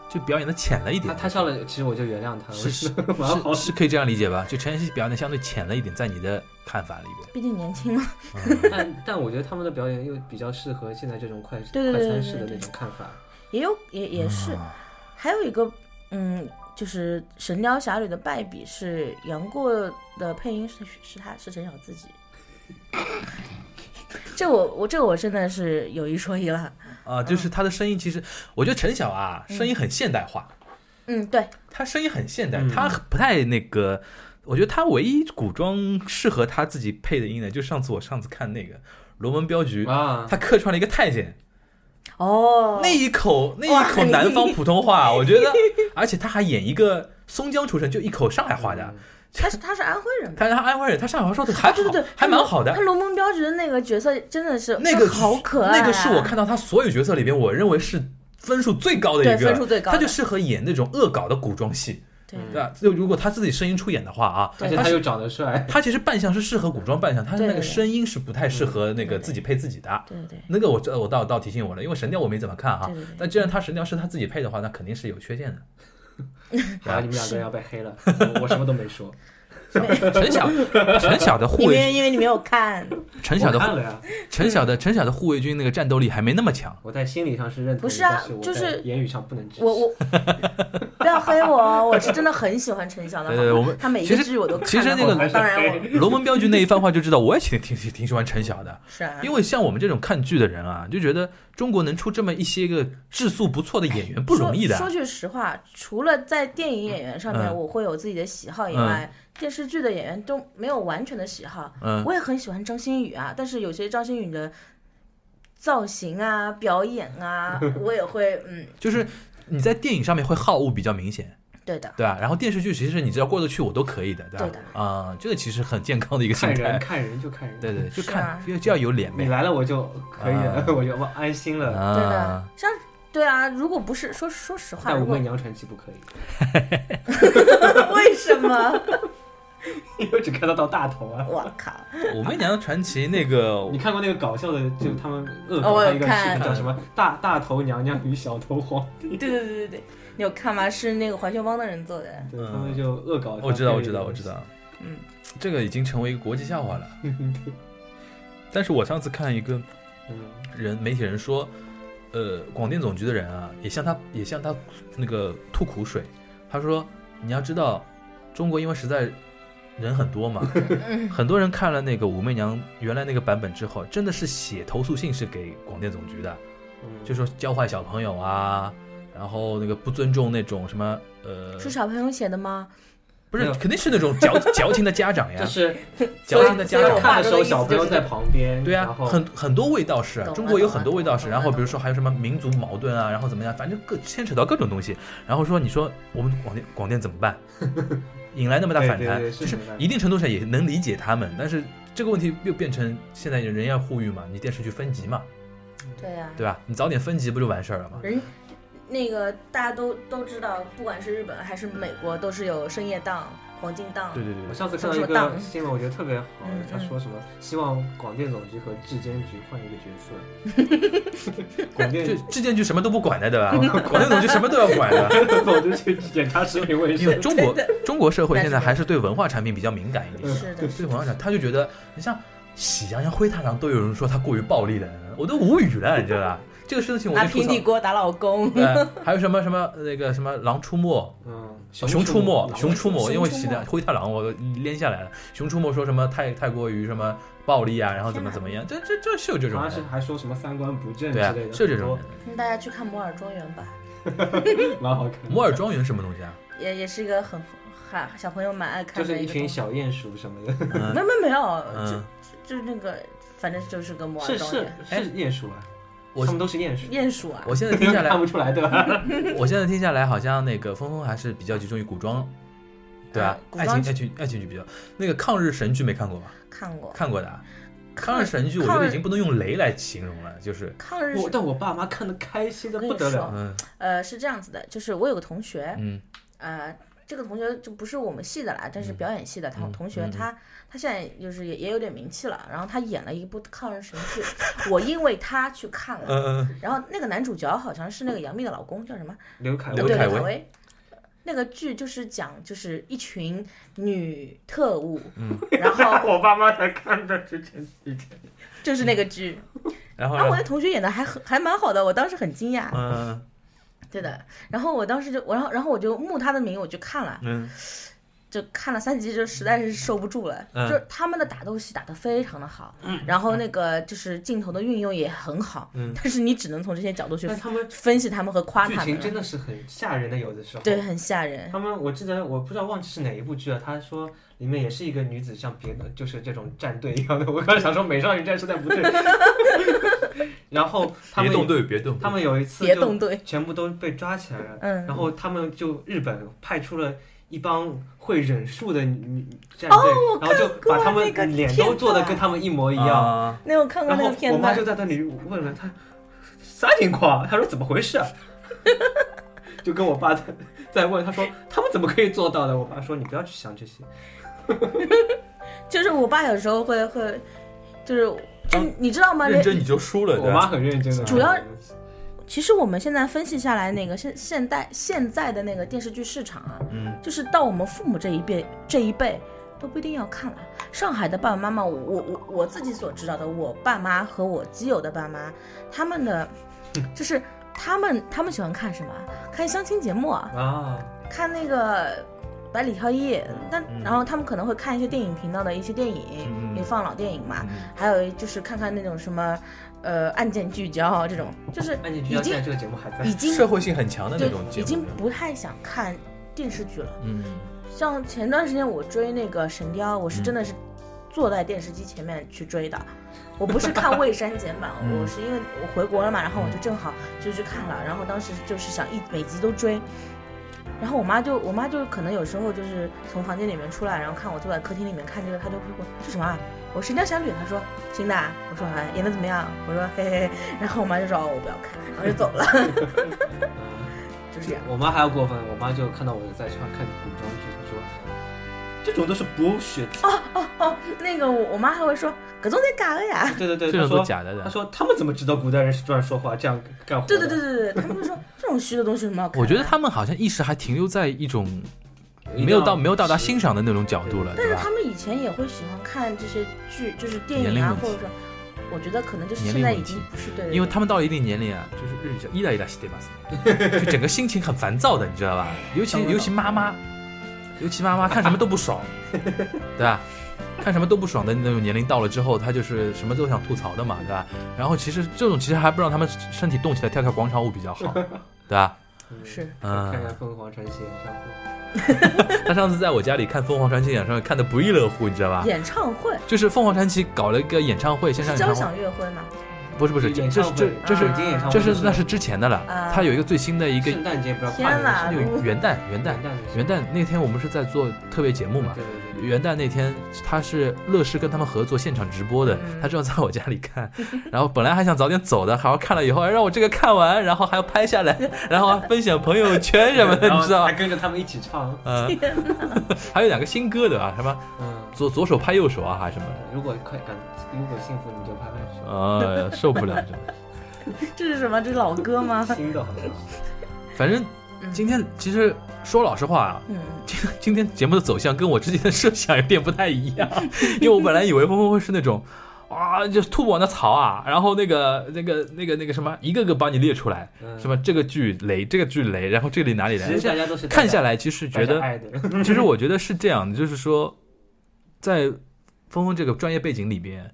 B: 就表演的浅了一
D: 他
B: 点，
D: 他笑了，其实我就原谅他了，
B: 是是
D: 蛮好
B: 是是可以这样理解吧？就陈妍希表演的相对浅了一点，在你的看法里边。
C: 毕竟年轻嘛，
D: 但但我觉得他们的表演又比较适合现在这种快
C: 对对对
D: 快餐
C: 对
D: 式的
C: 对
D: 那种看法。
C: 也有也也是，
B: 嗯
C: 还有一个嗯，就是《神雕侠侣》的败笔是杨过的配音是是他是陈晓自己。 这我我这我真的是有一说一了，
B: 啊，就是他的声音，其实我觉得陈晓啊，声音很现代化，
C: 嗯，对，
B: 他声音很现代，
D: 嗯
B: 他不太那个。我觉得他唯一古装适合他自己配的音呢，就上次我上次看那个《龙门镖局》，
D: 啊，
B: 他客串了一个太监，
C: 哦，
B: 那一口那
C: 哇
B: 一口 南方普通话，我觉得，而且他还演一个松江出身，就一口上海话的，
C: 他是他是安徽人吧？
B: 但是他安徽人，他上海话说的还
C: 嗯啊
B: 好，
C: 对对对，
B: 还蛮好的
C: 他。龙门镖局的那个角色真的是
B: 那个
C: 好可爱啊，
B: 那个是我看到他所有角色里边，我认为是分数最高的一
C: 对
B: 个，
C: 分数最高的，
B: 他就适合演那种恶搞的古装戏，
C: 对
B: 对吧？就如果他自己声音出演的话啊，
D: 而且
C: 对
D: 他又长 得帅，
B: 他其实扮相是适合古装扮相，他的那
C: 对
B: 个
C: 对对
B: 声音是不太适合那个
C: 对对
B: 自己配自己的。
C: 对对对
B: 那个我这我倒倒提醒我了，因为神雕我没怎么看啊
C: 对。对对，
B: 但既然他神雕是他自己配的话，那肯定是有缺 陷的。
D: 然后你们两个要被黑了，我我什么都没 说，
B: 陈晓，陈晓的护
C: 因
B: 卫，
C: 为因为你没有看，
B: 陈晓
D: 我
B: 的
D: 看
B: 护
D: 了呀，
B: 陈晓的陈晓的护卫军那个战斗力还没那么强。
D: 我在心理上是认同的，
C: 不是啊
D: 但是我
C: 就
D: 在
C: 是
D: 言语上不能支持。
C: 我 我不要黑我哦，我是真的很喜欢陈晓的，
B: 对对对
C: 好吗
B: 我们
C: 他每一
B: 其
C: 个
B: 实
C: 剧我都看了，
B: 其实那个
C: 好吗当然我
B: 龙门镖局那一番话就知道，我也挺挺挺挺喜欢陈晓的，
C: 是啊，
B: 因为像我们这种看剧的人啊，就觉得中国能出这么一些个质素不错的演员不容易
C: 说。
B: 的。啊
C: 说句实话，除了在电影演员上面
B: 嗯
C: 我会有自己的喜好以外，电视剧的演员都没有完全的喜好。
B: 嗯，
C: 我也很喜欢张馨予啊，但是有些张馨予的造型啊、表演 啊，我也会嗯，
B: 就是你在电影上面会好恶比较明显，
C: 对的，
B: 对吧？然后电视剧其实你只要过得去，我都可以的，对吧？
C: 对的
B: 啊、这个其实很健康的一个心
D: 看人
B: 态。
D: 看人就看人，
B: 对对，就是看
C: 啊
B: 就就要有脸
D: 你
B: 呗。
D: 来了我就可以了
B: 啊，
D: 我就安心了。
C: 对的，
B: 啊，
C: 像对啊，如果不是说说实话，
D: 但
C: 如
D: 武媚
C: 果
D: 娘传奇不可 以，
C: 为什么？
D: 因为只看得到大头啊。
C: 我靠，
B: 武媚娘传奇那个
D: 你看过那个搞笑的，就他们恶
C: 哦
D: 搞
C: 我有
D: 他一个视
C: 看
B: 嗯
D: 频叫什么“大大头娘娘与小头皇
C: 对对对对对，你有看吗？是那个环球帮的人做的，”，
D: 对，
B: 嗯
D: 他们就恶搞。
B: 我知道，我知道，我知。道，
C: 嗯，
B: 这个已经成为一个国际笑话了。但是我上次看一个
D: 嗯，
B: 人媒体人说，呃，广电总局的人啊，也向他也向他那个吐苦水。他说，你要知道，中国因为实在人很多嘛，
C: 嗯
B: 很多人看了那个武媚娘原来那个版本之后，真的是写投诉信是给广电总局的，
D: 嗯
B: 就说教坏小朋友啊，然后那个不尊重那种什么呃，
C: 是小朋友写的吗？
B: 不
D: 没
B: 是
D: 有
B: 肯定是那种 矫矫情的家长呀
D: 就，是
B: 矫情的家
C: 所以我
B: 长。
C: 爸
D: 嗯看
C: 爸
D: 的时候小朋友在旁边，
B: 对啊
D: 然，后
B: 很很多味道是啊
C: 懂了
B: 中国有很多味道是，
C: 懂了
B: 然后比如说还有什么民族矛盾啊，然后怎么样，反正各牵扯到各种东西。然后说你说我们广电广电怎么办？引来那么大反
D: 对
B: 弹，
D: 对对
B: 就是是
D: 明白
B: 一定程度上也能理解他们，但是这个问题又变成现在人要呼吁嘛，你电视剧分级嘛，
C: 对呀、
B: 对吧？你早点分级不就完事儿了吗？
C: 人那个大家都都知道，不管是日本还是美国，都是有深夜档、黄金档。
B: 对对
D: 我
B: 对，
D: 上次看到一
C: 什么什么
D: 个
C: 档
D: 新闻，我觉得特别好
C: 嗯，
D: 他说什么希望广电总局和质监局换一个角色， 广电
B: 就质监局什么都不管的，对吧？广电总局什么都要管 的。
D: 总局去检查食品卫
B: 因为
D: 生，
B: 中国中国社会现在还是对文化产品比较敏感一点，
C: 是的，
B: 对文化产，他就觉得你像《喜羊羊灰太狼》都有人说他过于暴力了，我都无语了，你知道吧？这个事情我
C: 拿
B: 就吐
C: 平
B: 槽
C: 底。锅打老公。
B: 对，还有什么什么那个什么《狼出没
D: 嗯，》
B: 《熊出没》《熊出没》，
C: 熊
B: 因为
C: 出
B: 喜
C: 没
B: 羊灰太狼我连下来了，《熊出没》说什么太太过于什么暴力啊，然后怎么怎么样，这这这是有这种
D: 好像
B: 人
D: 是还说什么三观不正之
B: 对啊
D: 类，的，
B: 是有这种人。
C: 那大家去看《摩尔庄园》吧，
D: 蛮好看的。
B: 摩尔庄园什么东 西啊？
C: 也也是一个很还小朋友蛮爱
D: 就
C: 看
D: 是
C: 的
D: 一
C: 个
D: 群
C: 东西。
D: 小鼹鼠什么的，
C: 没
B: 嗯
C: 没没有，
B: 嗯，
C: 就就那个，反正就是个摩尔
D: 是
C: 庄
D: 是
C: 园。
B: 哎
D: 是鼹鼠啊，
B: 我
D: 他们都是鼹鼠，
C: 鼹鼠啊，
B: 我现在听下来
D: 看，不出来对吧？
B: 我现在听下来，好像那个峰峰还是比较集中于古装，对吧？
C: 嗯古
B: 爱
C: 装
B: 情爱情爱情剧比较，那个抗日神剧没看过吧？
C: 看过
B: 看过的、啊。
C: 抗
B: 抗日神剧，我觉
C: 抗
B: 得
C: 日
B: 已经不能用雷来形容了，就是，
C: 抗日
D: 我
C: 是
D: 但我爸妈看的开心的
C: 我跟
D: 不
C: 你
D: 得
C: 说，
D: 了
B: 嗯
C: 呃是这样子的，就是我有个同学，
B: 嗯
C: 呃，这个同学就不是我们系的啦，但是表演系的，他
B: 嗯
C: 同学
B: 嗯嗯
C: 他他现在就是也也有点名气了，然后他演了一部抗日神剧，我因为他去看了，
B: 嗯
C: 然后那个男主角好像是那个杨幂的老公，叫什么？
D: 刘恺
B: 刘
D: 威
C: 对，
B: 恺
C: 刘恺
B: 威
C: 威。那个剧就是讲，就是一群女特务，
B: 嗯，
C: 然后
D: 我爸妈才看的之前之前，
C: 就是那个剧，
B: 嗯，然后
C: 啊然后我那同学演的还很还蛮好的，我当时很惊讶，
B: 嗯
C: 对的，然后我当时就，我然后然后我就慕他的名，我去看了，
B: 嗯
C: 就看了三集，就实在是受不住了。
B: 嗯
C: 就是他们的打斗戏打得非常的好，
D: 嗯
C: 然后那个就是镜头的运用也很好，
B: 嗯
C: 但是你只能从这些角度去
D: 但他们
C: 分析他们和夸
D: 剧
C: 他
D: 情
C: 们，
D: 真的是很吓人的，有的时候。
C: 对，很吓人。
D: 他们我记得我不知道忘记是哪一部剧了，他说里面也是一个女子像别的就是这种战队一样的，我刚想说美少女战士 但不对。然后他
B: 别
D: 们
B: 动队，别动队，
D: 他们有一次
C: 别
D: 就
C: 动队，
D: 全部都被抓起来了，
C: 嗯
D: 然后他们就日本派出了一帮会忍术的女战队，
C: 哦
D: 然后就把他
C: 那个
D: 们脸
C: 片
D: 都做的
C: 段
D: 跟他们一模一样。
B: 啊，
C: 那我看过
D: 然
C: 那
D: 后
C: 个片
D: 我妈
C: 段
D: 就，在那里问了她啥情况？她说怎么回事？ 就跟我爸在在问，他说他们怎么可以做到的？我爸说你不要去想这些。
C: 就是我爸有时候会会，就是
D: 啊
C: 就
B: 嗯
C: 你知道吗？
B: 认真你就输了，
D: 我
B: 对
D: 妈
B: 吧？
D: 很认真的。
C: 主要其实我们现在分析下来，那个现现代现在的那个电视剧市场啊，
B: 嗯，
C: 就是到我们父母这一辈这一辈都不一定要看了。上海的爸爸妈妈，我我我我自己所知道的，我爸妈和我基友的爸妈，他们的就是他们他们喜欢看什么？看相亲节目啊，
D: 啊，
C: 看那个百里挑一，但
B: 嗯
C: 然后他们可能会看一些电影频道的一些电影
B: 嗯，嗯
C: 也放老电影嘛
B: 嗯，
C: 还有就是看看那种什么呃案件聚焦这种，就是
D: 安妮居
C: 已
D: 然现在
C: 经
D: 这个节目还在
C: 已经
B: 社会性很强的那
C: 对
B: 种节
C: 已
B: 目，
C: 经不太想看电视剧了。
B: 嗯，
C: 像前段时间我追那个《神雕》，我是
B: 嗯
C: 真的是坐在电视机前面去追的，我不是看未删 减版，
B: 嗯
C: 我是因为我回国了嘛，然后我就正好就去看了，然后当时就是想一每集都追。然后我妈就，我妈就可能有时候就是从房间里面出来，然后看我坐在客厅里面看这个，她就会问是什么、啊？我神雕侠侣，她说新的啊，我说哎演的怎么样？我说嘿嘿嘿。然后我妈就说哦我不要看，然后就走了， 就是这样。
D: 我妈还要过分，我妈就看到我在上看古装剧，她说这种都是 bullshit。
C: 啊那个我我妈还会说搿种才假的呀，
D: 对对对，
B: 这
D: 她
B: 种都
D: 说
B: 假的
D: 她
B: 的。
D: 说他们怎么知道古代人是这样说话这样干活？
C: 对对对，对对，他们就说这种虚的东西有什么好看？
B: 我觉得，他们好像意识还停留在一种
D: 嗯
B: 没有到没有到达欣赏的那种角度了，
C: 但
B: 对
C: 是
B: 吧
C: 他？们以前也会喜欢看这些剧，就是电
B: 年
C: 影
B: 龄
C: 啊
B: 问，题
C: 或者说，我觉得可能就是
B: 年
C: 现
B: 龄
C: 在
B: 问
C: 已经
B: 题
C: 不是对对，
B: 因为
C: 对
B: 他们到了一定年龄啊，就是日语叫伊达伊达西对吧？ 就整个心情很烦躁的，你知道吧？尤其
D: 哎当然了
B: 尤其妈妈，尤其妈 妈看什么都不爽，对吧？看什么都不爽的那种年龄到了之后，他就是什么都想吐槽的嘛，对吧？然后其实这种其实还不让他们身体动起来跳跳广场舞比较 好，对吧？
D: 嗯
C: 是
B: 嗯
D: 看，看凤凰传奇演唱
C: 嗯
D: 会，
B: 他上次在我家里看凤凰传奇演唱会，看的不亦乐乎，你知道吧？
C: 演唱会，
B: 就是凤凰传奇搞了一个演唱会，线上演
C: 交
B: 唱会，
C: 响乐会嘛，
B: 不是不是，这
D: 演
B: 这
D: 唱
B: 是
D: 会
B: 这这是
D: 北京演唱会
B: 这是那是之前的了
C: 啊，
B: 他有一个最新的一个
D: 圣诞节不知道跨
C: 天
D: 年
C: 哪
D: 是
B: 有元旦元旦
D: 元旦的时候
B: 元旦那天我们是在做特别节目嘛
D: 对，对对，
B: 元旦那天他是乐视跟他们合作现场直播的
C: 嗯，
B: 他正在我家里看，然后本来还想早点走的，好好看了以后，哎让我这个看完，然后还要拍下来，然后还分享朋友圈什么的，
D: 然后
B: 你知道
D: 还
B: 吧？
D: 跟着他们一起唱，
B: 呃，
C: 天哪
B: 还有两个新歌的啊，什么
D: 嗯，
B: 左左手拍右手啊，还是什么的，
D: 如果快感，如果幸福你就拍拍手，？
B: 呃，受不了真的。
C: 这是什么？这是老歌吗
D: 新的好像，
B: 反正
C: 嗯
B: 今天其实说老实话啊，
C: 嗯，
B: 今 今天节目的走向跟我之前的设想有点不太一样， 因为我本来以为峰峰会是那种。啊，就是吐我那槽啊，然后那个、那个、那个、那个什么，一个个把你列出来，
D: 嗯
B: 什么这个剧雷，这个剧雷，然后这里哪里
D: 其
B: 来
D: 实？大家都是
B: 看下
D: 来
B: 来，其实觉得，
D: 爱的，啊
B: 其实我觉得是这样的，就是说，在峰峰这个专业背景里边，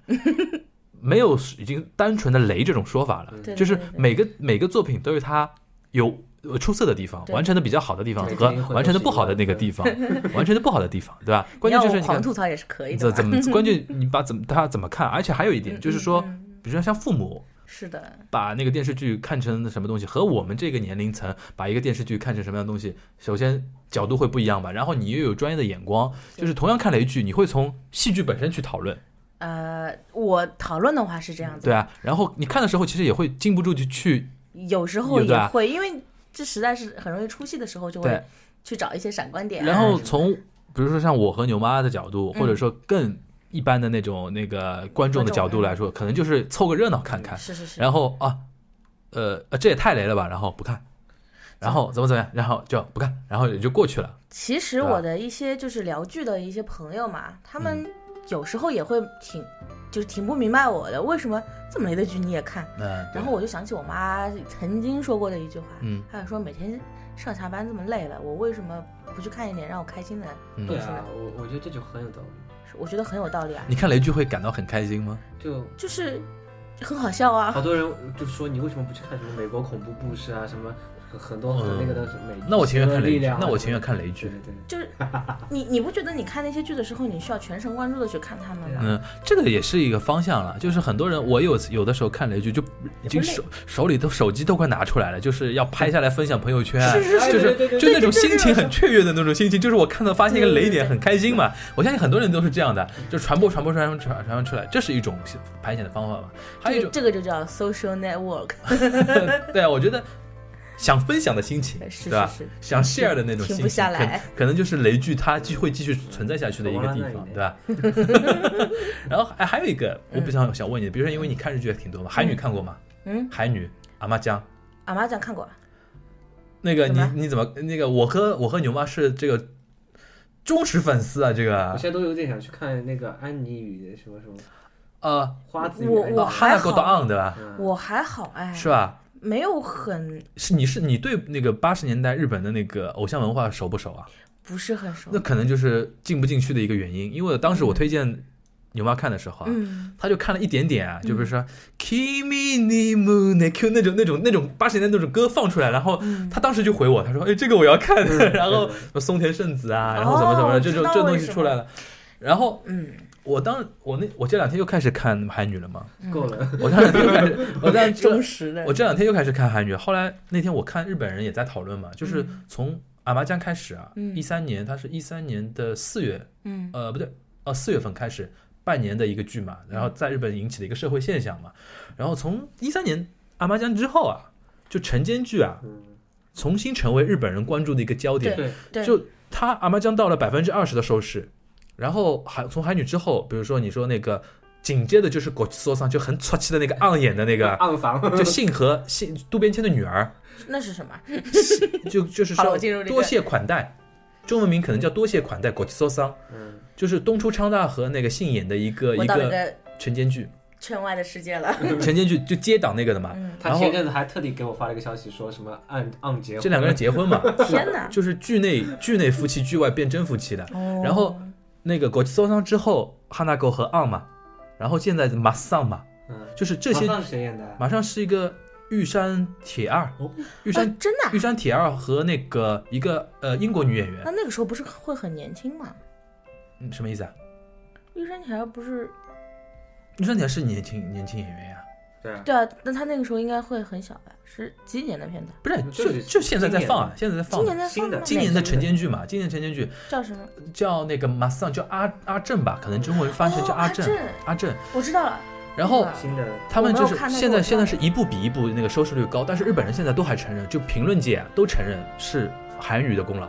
B: 没有已经单纯的雷这种说法了，
C: 对，
B: 就是
C: 对对
B: 每个每个作品都有它有呃出色的地方，
C: 对
B: 完成的比较好的地方
C: 对
B: 和
D: 肯定会
B: 完成的
D: 有
B: 不好的那个地方，完成的不好的地方，对吧？关键
C: 你
B: 就
C: 要
B: 是
C: 我
B: 你
C: 狂
B: 看
C: 吐槽也是可以的
B: 怎
C: 嘛，
B: 怎么，关 键你把怎么他怎么看，而且还有一点
C: 嗯
B: 就是说
C: 嗯，嗯
B: 比如说像父母
C: 是的，
B: 把那个电视剧看成什么东西，和我们这个年龄层把一个电视剧看成什么样的东西，首先角度会不一样吧，然后你又有专业的眼光，就是同样看雷剧，你会从戏剧本身去讨论，
C: 呃，我讨论的话是这样子，
B: 对啊，然后你看的时候其实也会禁不住就去
C: 有时候
B: 有的
C: 也
B: 啊
C: 会，因为这实在是很容易出戏的时候就
B: 对
C: 会去找一些闪光点啊什
B: 然
C: 么的。
B: 后从比如说像我和牛妈的角度，或者说更一般的那种那个观众的角度来说，可能就是凑个热闹看看。
C: 是是是，
B: 然后啊，呃，呃这也太雷了吧，然后不看，然后怎么怎么样，然后就不看，然后也就过去了。
C: 其实我的一些就是聊剧的一些朋友嘛，他们
B: 嗯
C: 有时候也会挺，就是挺不明白我的，为什么这么雷的剧你也看？
B: 嗯，
C: 然后我就想起我妈曾经说过的一句话，
B: 嗯
C: 她就说每天上下班这么累了，我为什么不去看一点让我开心的？
B: 嗯
D: 对啊，我我觉得这就很有道理，
C: 我觉得很有道理啊，
B: 你看雷剧会感到很开心吗？
D: 就
C: 就是很好笑啊
D: 好。多人就说你为什么不去看什么美国恐怖故事啊，什么很很多很那个的
B: 嗯
D: 美。
B: 那我情愿看
D: 力
B: 雷剧
D: 量啊，
B: 那我情愿看雷
D: 对
B: 剧。
D: 对对。
C: 就是你你不觉得你看那些剧的时候，你需要全神贯注的去看他们吗？
D: 啊
B: 嗯，这个也是一个方向了，就是很多人，我有有的时候看雷剧就已经手手里都手机都快拿出来了，就是要拍下来分享朋友圈，啊
D: 是是
B: 就是
D: 对对对
B: 就
D: 对
B: 那种心情很雀跃的那种心情，就是我看到发现一个雷点很开心嘛，我相信很多人都是这样的，就传播传播传播传传播出来，这是一种排遣的方法嘛，还有一种
C: 这个这个就叫 social network，
B: 对啊，我觉得想分享的心情，
C: 是是
B: 对啊吧？
C: 是，
B: 想 share 的那种
C: 停
B: 心情，
C: 不下来
B: 可可能就是雷剧它继会继续存在下去的一个地方，对吧？ 然后还还有一个，我比较想问你，比如说因为你看日剧也挺多嘛，海女看过吗？
C: 嗯，
B: 海女阿妈江。
C: 阿妈酱看过，
B: 那个
C: 怎
B: 你
C: 么
B: 你怎么那个我和我和牛妈是这个忠实粉丝啊，这
D: 我
B: 个
D: 现在都有点想去看那个安妮与什么什么
B: 呃
D: 花子与
C: 我
D: 安妮
C: 我
B: 哦
C: 还
B: ，Hana
C: 好
B: Go Down 对吧？
D: 嗯
C: 我还好哎，
B: 是吧？
C: 没有很
B: 是你是你对那个八十年代日本的那个偶像文化熟不熟啊？
C: 不是很熟
B: 那，可能就是进不进去的一个原因，因为当时我推荐牛妈看的时候啊，
C: 嗯，
B: 他就看了一点点啊，就比如说《Kimi ni m n e k 那种那种那种八十年代那种歌放出来，然后
C: 嗯
B: 他当时就回我，他说：“哎，这个我要看。
D: 嗯”
B: 然后
D: 对
B: 什么松田圣子啊，然后怎么怎么的，
C: 哦
B: 这
C: 知
B: 种
C: 道
B: 这种
C: 为
B: 东西
C: 什
B: 出
C: 么
B: 来了。然后
C: 嗯
B: 我当我那我这两天又开始看韩女了嘛，
D: 嗯够了，
B: 我这两天又开始， 我这两
C: 忠
B: 天
C: 实的
B: 我，这两天又开始看韩女。后来那天我看日本人也在讨论嘛，就是
C: 嗯
B: 从阿麻江开始啊，
C: 嗯
B: 一三年，他是一三年的四月
C: 嗯
B: 呃，不对，呃，四月份开始半年的一个剧嘛，然后在日本引起的一个社会现象嘛，然后从一三年《阿妈江》之后啊，就晨间剧啊，
D: 嗯，
B: 重新成为日本人关注的一个焦点，
D: 对，。
C: 对，
B: 就它《阿妈江》到了百分之二十的收视，然后还从海女之后，比如说你说那个紧接着就是国际说上就很出气的那个暗演的那个
D: 暗房
B: 就信和信渡边谦的女儿，
C: 那是什么？
B: 就就是
C: 好了
B: 说
C: 我进入这个
B: 多谢款待，中文名可能叫多谢款待，国际说桑，
D: 嗯，
B: 就是东出昌大和那个信演的一个
C: 我
B: 一
C: 到你
B: 个
C: 的
B: 晨间剧，
C: 圈外的世界 了，
B: 晨间剧就接档那个的嘛。
C: 嗯，
D: 他前阵子还特地给我发了一个消息，说什么暗暗结婚，
B: 这两个人结婚嘛，
C: 天哪，
B: 就是剧内剧内夫妻，剧外变真夫妻的。
C: 哦
B: 然后那个国际搜伤之后，哈娜狗和昂嘛，然后现在马桑嘛，
D: 嗯，
B: 就是这些
D: 马上是谁演的？
B: 马上是一个玉山铁二
D: 哦，
B: 玉
C: 啊
B: 山
C: 真的啊，
B: 玉山铁二和那个一个呃英国女演员
C: 那，那个时候不是会很年轻吗？
B: 嗯什么意思啊？
C: 玉山条不是
B: 玉山铁二是年轻年轻演员呀，
D: 对啊，
C: 对啊，那他那个时候应该会很小吧？是几几年的片子？
B: 不是
D: 嗯就
B: 就是就现在在
D: 今年
B: 放啊，现在在放
C: 今
B: 啊。
C: 年在放
D: 新的
C: 吗
B: 今年的晨间剧嘛，今年晨间剧
C: 叫什么？
B: 叫那个马桑，叫阿阿正吧，可能中文翻译成叫
C: 哦
B: 阿
C: 阿
B: 正，
C: 正
B: 阿正。
C: 我知道了，
B: 然后
C: 那个
D: 新的
B: 他们就
C: 我没
B: 是
C: 有看那个
B: 现在
C: 我
B: 现在是一步比一步那个收视率高，但是日本人现在都还承认，就评论界啊都承认是韩语的功劳，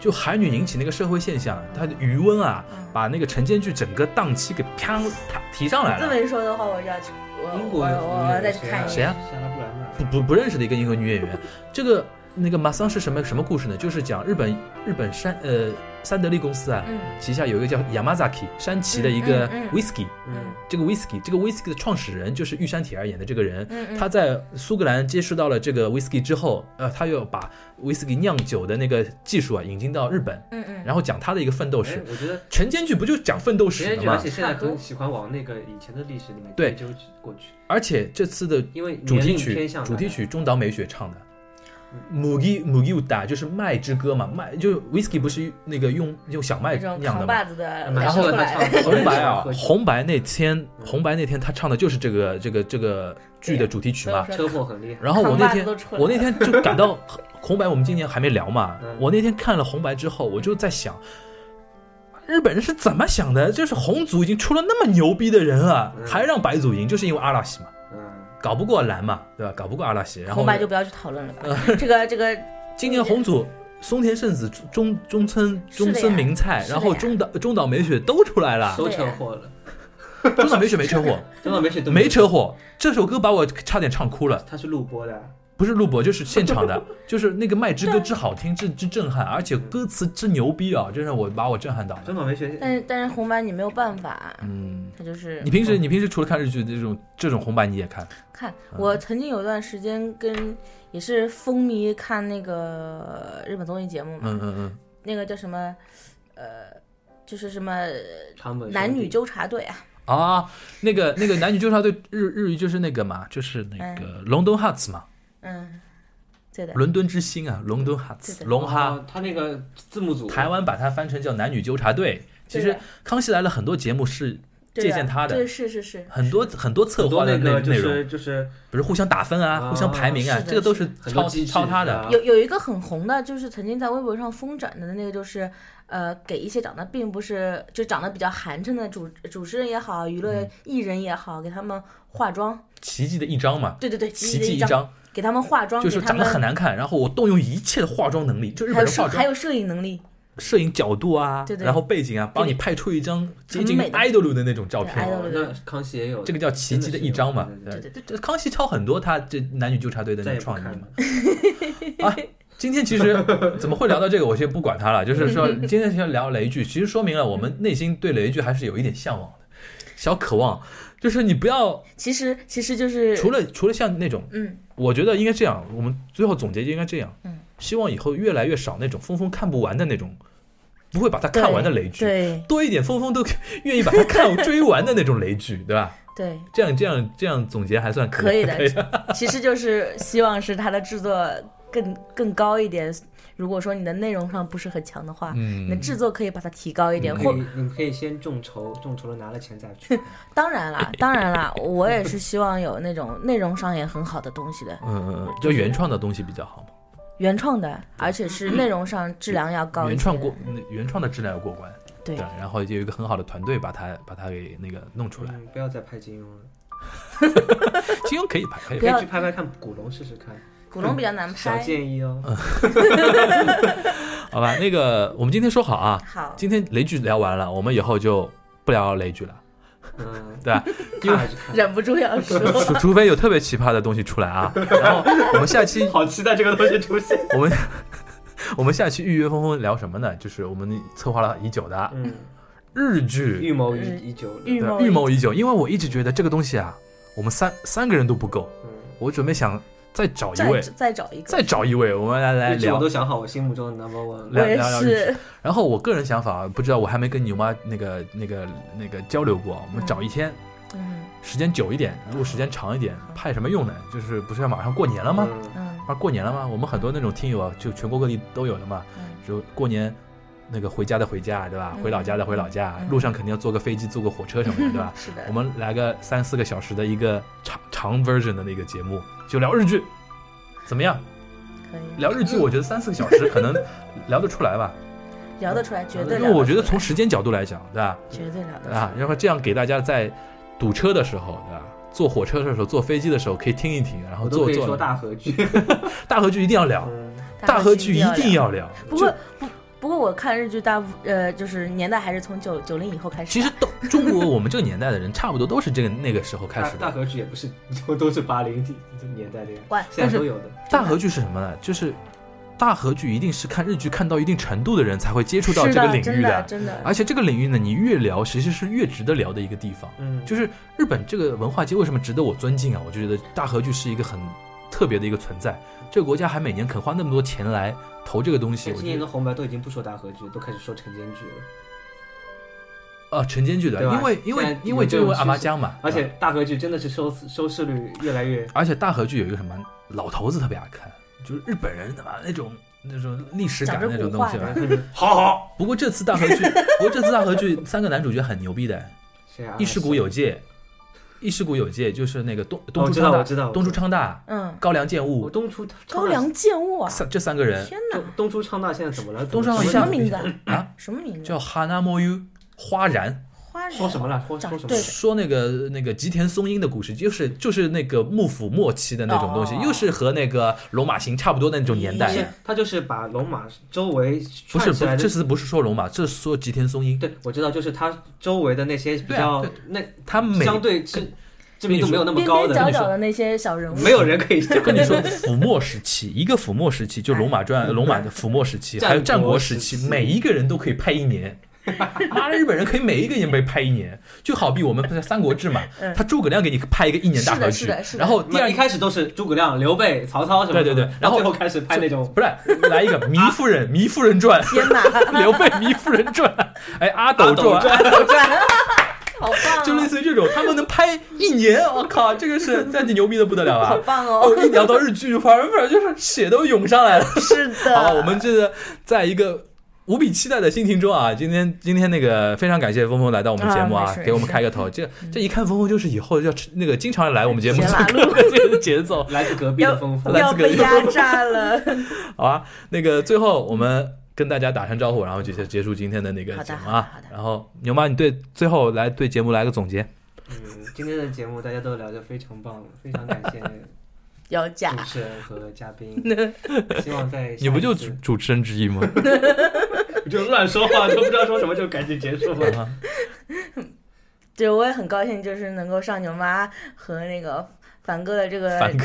B: 就韩语引起那个社会现象，它的余温啊，
C: 嗯
B: 把那个晨间剧整个档期给啪它提上来
C: 这
B: 了。
C: 么一说的话，我就要去，我
D: 英国
C: 我
D: 的
C: 我我要再去看一
B: 谁
C: 眼。
B: 啊
D: 莎拉布兰曼，
B: 不不不认识的一个英国女演员，这个那个马桑是什么什么故事呢？就是讲日本日本山呃三得利公司啊，
C: 嗯
B: 旗下有一个叫 Yamazaki 山崎的一个
C: 嗯嗯嗯
B: whisky，
D: 嗯，
B: 这个 whisky 这个 whisky 的创始人就是玉山铁儿演的这个人，
C: 嗯嗯，
B: 他在苏格兰接触到了这个 whisky 之后，呃，他又把 whisky 酿酒的那个技术啊引进到日本，
C: 嗯嗯，
B: 然后讲他的一个奋斗
D: 哎
B: 史。
D: 我觉得
B: 晨间剧不就讲奋斗
D: 时
B: 史
D: 间
B: 的
D: 剧，而
B: 吗
D: 且？现在很喜欢往那个以前的历史里面
B: 对
D: 追究过去，
B: 而且这次的
D: 因为
B: 主
D: 年
B: 题
D: 龄
B: 曲
D: 偏向
B: 主题曲中岛美雪唱的。母鸡母鸡打就是麦之歌嘛，麦就是 whisky 不是那个用用小麦
C: 那种
B: 酿的
C: 扛
B: 嘛。
C: 把子的，
D: 蛮适合他唱的，
B: 红白啊
D: 蛮，适合
B: 红白那天红白那天他唱的就是这个这个这个剧的主题曲嘛。
C: 所以
D: 车
C: 我说
D: 祸很厉害。
B: 然后我那天
C: 扛把子都出来了
B: 我那天就感到 红白，我们今年还没聊嘛
D: 嗯。
B: 我那天看了红白之后，我就在想，日本人是怎么想的？就是红组已经出了那么牛逼的人了，
D: 嗯
B: 还让白组赢，就是因为阿拉西嘛，
D: 嗯，
B: 搞不过蓝嘛，对吧？搞不过阿拉西，然后嗯
C: 红白就不要去讨论了吧。这个这个
B: 今年红组。松田圣子、中中村、
C: 是的
B: 中
C: 呀
B: 村明菜，
C: 是的
B: 然
C: 呀
B: 后中岛中岛美雪都出来了。
D: 都车祸了，
B: 中岛美雪没车祸，
C: 啊
D: 真的没谁都
B: 没车祸。这首歌把我差点唱哭了。
D: 他是录播的，
B: 不是录播，就是现场的，就是那个麦之歌之好听，之之震撼，而且歌词之牛逼啊，真是我把我震撼到了。
D: 真的没谁。
C: 但是但是红白你没有办法，
B: 嗯，
C: 他就是
B: 你平时你平时除了看日剧这种这种红白你也看，
C: 看，
B: 嗯
C: 我曾经有一段时间跟也是风靡看那个日本综艺节目嘛，
B: 嗯嗯嗯，
C: 那个叫什么，呃，就是什么
B: 呃
D: 长本
C: 男女纠
D: 就
C: 察队啊，
B: 啊，那个那个男女纠察队日日语就是那个嘛，就是那个 London Hearts 嘛，
C: 嗯，对的，
B: 伦敦之星啊，伦敦哈
C: 对的
B: 龙哈，
D: 哦他那个字幕组，
B: 台湾把它翻成叫男女纠察队。其
C: 对
B: 实
C: 的
B: 《康熙来了》很多节目是
C: 对的
B: 借鉴他的
C: 对，是是是，
B: 很多很多策
D: 很
B: 划
D: 多
B: 的
D: 那个就
B: 内容，
D: 是就是
B: 比如互相打分啊，
D: 啊
B: 互相排名啊
C: 是，的
B: 这个都是
D: 很
B: 抄
D: 多机制
B: 抄他的。
D: 啊
C: 有有一个很红的，就是曾经在微博上疯转的那个，就是呃，给一些长得并不是就长得比较寒碜的主主持人也好，娱
B: 嗯
C: 乐艺人也好，给他们化妆。
B: 奇迹的一章嘛，
C: 对对对，
B: 奇
C: 奇
B: 迹
C: 迹
B: 一
C: 张，
B: 章
C: 给他们化妆，
B: 就是
C: 给他
B: 长得
C: 们
B: 很难看，然后我动用一切的化妆能力，就日
C: 还
B: 本
C: 有
B: 人
C: 摄
B: 化
C: 还
B: 妆、
C: 有摄影能力，
B: 摄影角度啊
C: 对，对
B: 然后背景啊，帮你拍出一张接近
C: 很美的
B: idol 的那种照
C: 对
B: 片。
C: idol
D: 哦那康熙也有
B: 这个叫奇迹的一章嘛
D: 真的是，有
C: 对对对
B: 这康熙抄很多他这男女纠察队的那
D: 再
B: 种创
D: 也不
B: 意
D: 看
B: 嘛
D: 了。。
B: 今天其实怎么会聊到这个，我先不管它了。就是 说，今天先聊雷剧，其实说明了我们内心对雷剧还是有一点向往的，小渴望。就是你不要
C: 其实其实就是
B: 除了除了像那种，
C: 嗯，
B: 我觉得应该这样，我们最后总结就应该这样。
C: 嗯，
B: 希望以后越来越少那种峰峰看不完的那种，不会把它看完的雷剧，
C: 对
B: 多一点峰峰都愿意把它看追完的那种雷剧，对 吧？
C: 对，
B: 这样这样这样总结还算
C: 可以的
B: 可以。
C: 其实就是希望是它的制作更更高一点。如果说你的内容上不是很强的话，你 的
B: 嗯，
C: 制作可以把它提高一点，
D: 你
C: 或
D: 可以你可以先众筹，众筹了拿了钱再 去。
C: 当然啦，当然啦，我也是希望有那种内容上也很好的东西的，
B: 嗯嗯嗯，就原创的东西比较好嘛。
C: 原创的，而且是内容上质量要高一些。
B: 原创过，嗯原创的质量要过关，
C: 对，
B: 然后就有一个很好的团队把它把它给那个弄 出来。
D: 嗯，不要再拍金庸了，
B: 金庸可以拍，可以
C: 不
B: 拍。
C: 要
D: 可以去拍拍看古龙试试看，
C: 古龙比较难
D: 小
C: 拍。
D: 建议哦。
B: 嗯好吧？那个我们今天说好啊，
C: 好，
B: 今天雷剧聊完了，我们以后就不聊雷剧了，
D: 嗯，
B: 对吧？啊
D: 看还是看。
C: 忍不住要说，
B: 除除非有特别奇葩的东西出来啊，然后我们下期
D: 好期待这个东西出现。
B: 我们 我们下期预约峰峰聊什么呢？就是我们策划了已久的 啊
D: 嗯，
B: 日
D: 预
B: 剧，
D: 谋已已久了。
C: 预
B: 对
C: 谋
B: 预谋已久，因为我一直觉得这个东西啊，我们三三个人都不够，
D: 嗯，
B: 我准备想再找一
C: 再
B: 位，
C: 再找一个
B: 再，找一位，我们来来
D: 日剧我
B: 聊
D: 都想好我心目中的 number one
C: 我
B: 聊
D: 了。
C: 也
B: 聊聊
C: 是，
B: 然后我个人想法，不知道我还没跟牛妈那个那个那个交流过，我们找一天，
C: 嗯
B: 时间久一点，如果时间长一点，派什么用呢？就是不是要马上过年了吗？
D: 嗯
C: 嗯
B: 不是过年了吗？我们很多那种听友啊，就全国各地都有的嘛，
C: 嗯，
B: 就过年。那个回家的回家，对吧？
C: 嗯
B: 回老家的回老家，
C: 嗯？
B: 路上肯定要坐个飞机、坐个火车什么的，对吧
C: 嗯是的
B: 我，们来个三四个小时的一个长长 version 的那个节目，就聊日剧，怎么样？
C: 可以
B: 聊日剧，我觉得三四个小时可能聊得出来吧，
C: 聊得出来，绝对
B: 因
C: 聊
B: 为
C: 得
B: 我觉得
C: 出来
B: 从时间角度来讲，对吧？
C: 绝对聊得出来
B: 啊，然后这样给大家在堵车的时候，对吧？坐火车的时候，坐飞机的时候可以听一听，然后
D: 我都
B: 坐
D: 可以
B: 一坐
D: 说。大合剧，
B: 大合剧一定要聊，
D: 嗯
B: 大合剧一定
C: 聊。
B: 要聊。
C: 不过不不过，我看日剧大部呃就是年代还是从九九零以后开始的。
B: 其实都中国我们这个年代的人，差不多都是这个那个时候开
D: 大
B: 始
D: 大
B: 的。
D: 合剧也不是 都都是八零年代的呀，
C: 哇
D: 现在都有的。
B: 大合剧是什么呢？就是大合剧一定是看日剧看到一定程度的人才会接触到这个领
C: 是的真
B: 域
C: 的
B: 的，哎
C: 真的
B: 而且这个领域呢，你越聊，其实是越值得聊的一个地方。
D: 嗯，
B: 就是日本这个文化界为什么值得我尊敬啊？我就觉得大和剧是一个很特别的一个存在。这个国家还每年肯花那么多钱来投这个东西，
D: 今
B: 我觉
D: 年
B: 得
D: 的红白都已经不说大合剧，都开始说晨间剧了。
B: 啊，晨间剧的，
D: 对吧
B: 因为因
D: 现
B: 为
D: 在
B: 因为就因
D: 有
B: 为
D: 这种
B: 阿妈江嘛，
D: 而
B: 对
D: 且
B: 吧
D: 大合剧真的是收视收视率越来越，
B: 而且大和剧有一个什么老头子特别爱看，就是日本人他妈那种那种历史感
C: 讲
B: 那
C: 着
B: 种
C: 古
B: 东
C: 话
B: 西吧。
D: 好好。
B: 不过这次大和剧， 不过这次大和剧三个男主角很牛逼的，
D: 谁啊？
B: 伊势谷有介，伊势谷有介就是那个东东
D: 我
B: 出
D: 哦知道
B: 昌
D: 我知道
B: 大，
D: 我
B: 东出
D: 知道
B: 昌大、
C: 嗯，
B: 高良健
D: 我
B: 吾，
D: 东出
C: 高粱健吾啊！
B: 三这三个人
C: 天哪
D: 昌大，东东出昌大现在怎么了？
B: 东出昌大
D: 怎
B: 一
C: 什
B: 下
C: 么
D: 么
C: 名字啊？
B: 啊，
C: 什么名字？
B: 叫哈娜莫 u 花然，
C: 花人
D: 说什么了？说
C: 长
D: 说什么
C: 对
D: 了？
B: 说那个那个吉田松阴的故事，就是就是那个幕府末期的那种东西，
C: 哦
B: 又是和那个龙马行差不多的那种年代
C: 是。
D: 他就是把龙马周围
B: 不是，
D: 串
B: 不
D: 起
B: 是
D: 来
B: 这
D: 的。
B: 次不是说龙马，这是说吉田松阴，
D: 对，我知道，就是他周围的那些比
B: 对啊
D: 较
B: 对
D: 那
B: 他每
D: 相对知知
B: 跟你
D: 名度
B: 说
D: 没有那么
C: 边
D: 高
C: 边
D: 的，
C: 角
D: 那
C: 角
D: 种
C: 的那些小人物，
D: 没有人可以这样
B: 跟你说，腐末时期，一个腐末时期，就龙马传、龙马的腐末时期，
D: 战
B: 还有战国
D: 国
B: 时
D: 时
B: 期，
D: 期
B: 每一个人都可以拍一年。妈的，日本人可以每一个人被拍一年，就好比我们拍《三国志》嘛
C: 嗯，
B: 他诸葛亮给你拍一个一年大
C: 是的
B: 合
C: 是
B: 剧
C: 的是，的
B: 然后第
D: 那
B: 二
D: 一开始都是诸葛亮、刘备、曹操什
B: 对
D: 么
B: 对对
D: 什么
B: 然后
D: 最后开始拍那种
B: 不是来一个《糜夫人》《糜夫 人传》，
C: 天哪！
B: 刘备《糜夫人传》，哎，《阿斗
D: 阿斗
B: 传》，
D: 传，
C: 好棒、哦，
B: 就类似于这种，他们能拍一年，我、靠，这个是那你牛逼的不得了 啊
C: 好！棒
B: 哦
C: 哦，，
B: 一聊到日剧，反而反而就是血都涌上来了。
C: 是的，
B: 好，我们这个在一个无比期待的心情中啊，今天今天那个非常感谢峰峰来到我们节目
C: 啊
B: 啊
C: 没，事
B: 给我们
C: 没事嗯
B: 开个头。这这一看峰峰就是以后要吃那个经常来我们节目
C: 学
B: 做
C: 马
B: 客的这个节奏，
D: 来自隔壁的丰富，
B: 来
C: 要
B: 自个
C: 被压榨了。
B: 好啊。那个最后我们跟大家打声招呼，然后就结结束今天的那个
C: 好的
B: 节目
C: 好的
B: 啊
C: 好的。
B: 然后牛妈，你对最后来对节目来个总结。
D: 嗯，今天的节目大家都聊得非常棒，非常感谢主
C: 要价，
D: 持人和嘉 宾，希望在
B: 你不就主
D: 主
B: 主持人之一吗？
D: 就乱说话，都不知道说什么就赶紧结束了。
C: 对，我也很高兴，就是能够上牛妈和那个凡哥的这个
B: 凡哥，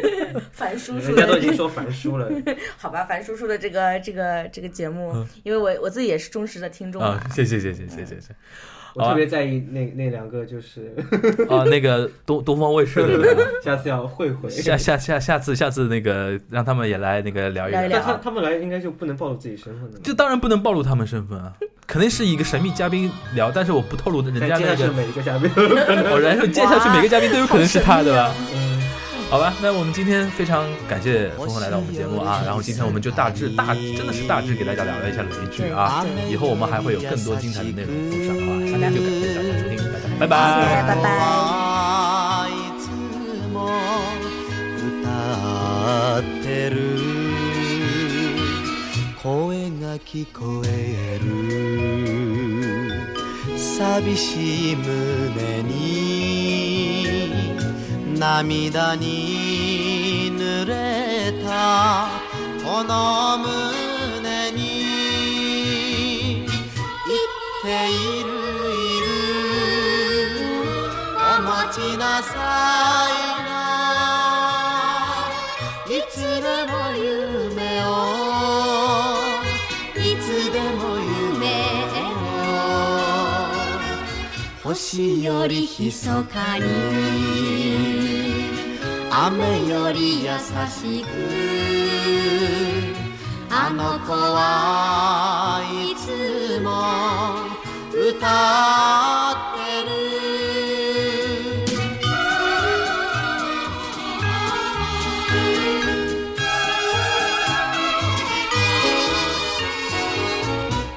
C: 凡 叔叔
D: 人家
C: 的
D: 都
C: 这
D: 已经
C: 个，
D: 说烦书了，
C: 好吧，凡叔叔的这个这个这个节目，
B: 嗯
C: 因为我我自己也是忠实的听众嘛
B: 啊，谢谢谢谢谢谢谢谢
D: 我特别在意那那两个，就是
B: 啊，那个东东方卫视的那个
D: 下次要会会。
B: 下下下下次下次那个让他们也来那个聊一
C: 聊
B: 聊
C: 一
D: 那
C: 聊
D: 他他们来应该就不能暴露自己身份了吧。
B: 这当然不能暴露他们身份啊，肯定是一个神秘嘉宾聊，但是我不透露人
D: 但
B: 家
D: 接下
B: 那
D: 去
B: 个，
D: 每一个嘉宾，
B: 我然后接下去每个嘉宾都有可能是他，对吧？
D: 嗯，
B: 好吧，那我们今天非常感谢峰峰来到我们节目啊，然后今天我们就大致大真的是大致给大家聊了一下雷剧啊，以后我们还会有更多精彩的内容奉上啊，今天就感谢大家收听，大家拜
C: 谢谢
B: 拜。
C: 拜拜
E: いつも歌ってる声が聞こえる寂しい胸に涙に濡れたこの胸に言っているいるお待ちなさいないつでも夢をいつでも夢を星よりひそかに雨より優しくあの子はいつも歌ってる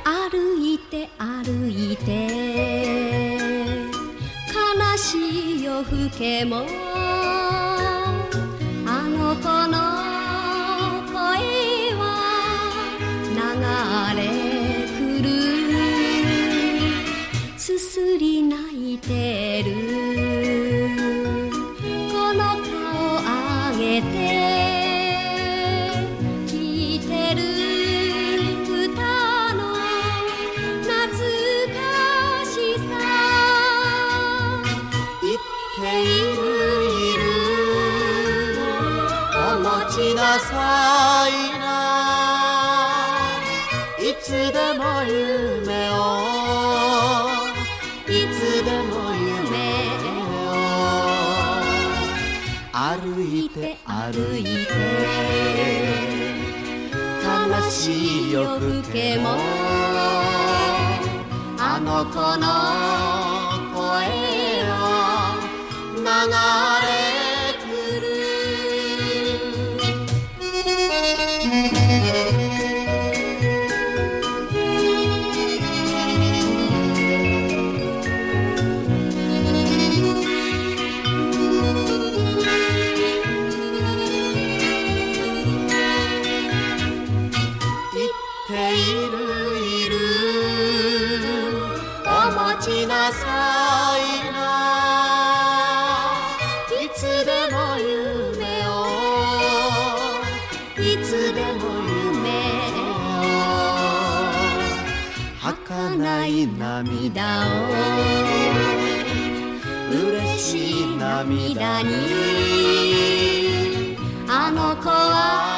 F: 歩いて歩いて悲しい夜更けもあの子の声は流れ来るすすり泣いてるこの顔上げて聞いてる歌の懐かしさ
E: 言っているいるお持ちなさいないつでも夢をいつでも夢を歩いて歩いて悲しい夜更けもあの子の声は流れ来る言っているいるお持ちなさいないつでも夢をいつでも夢を儚い涙を嬉しい涙に
F: あの子は
E: あ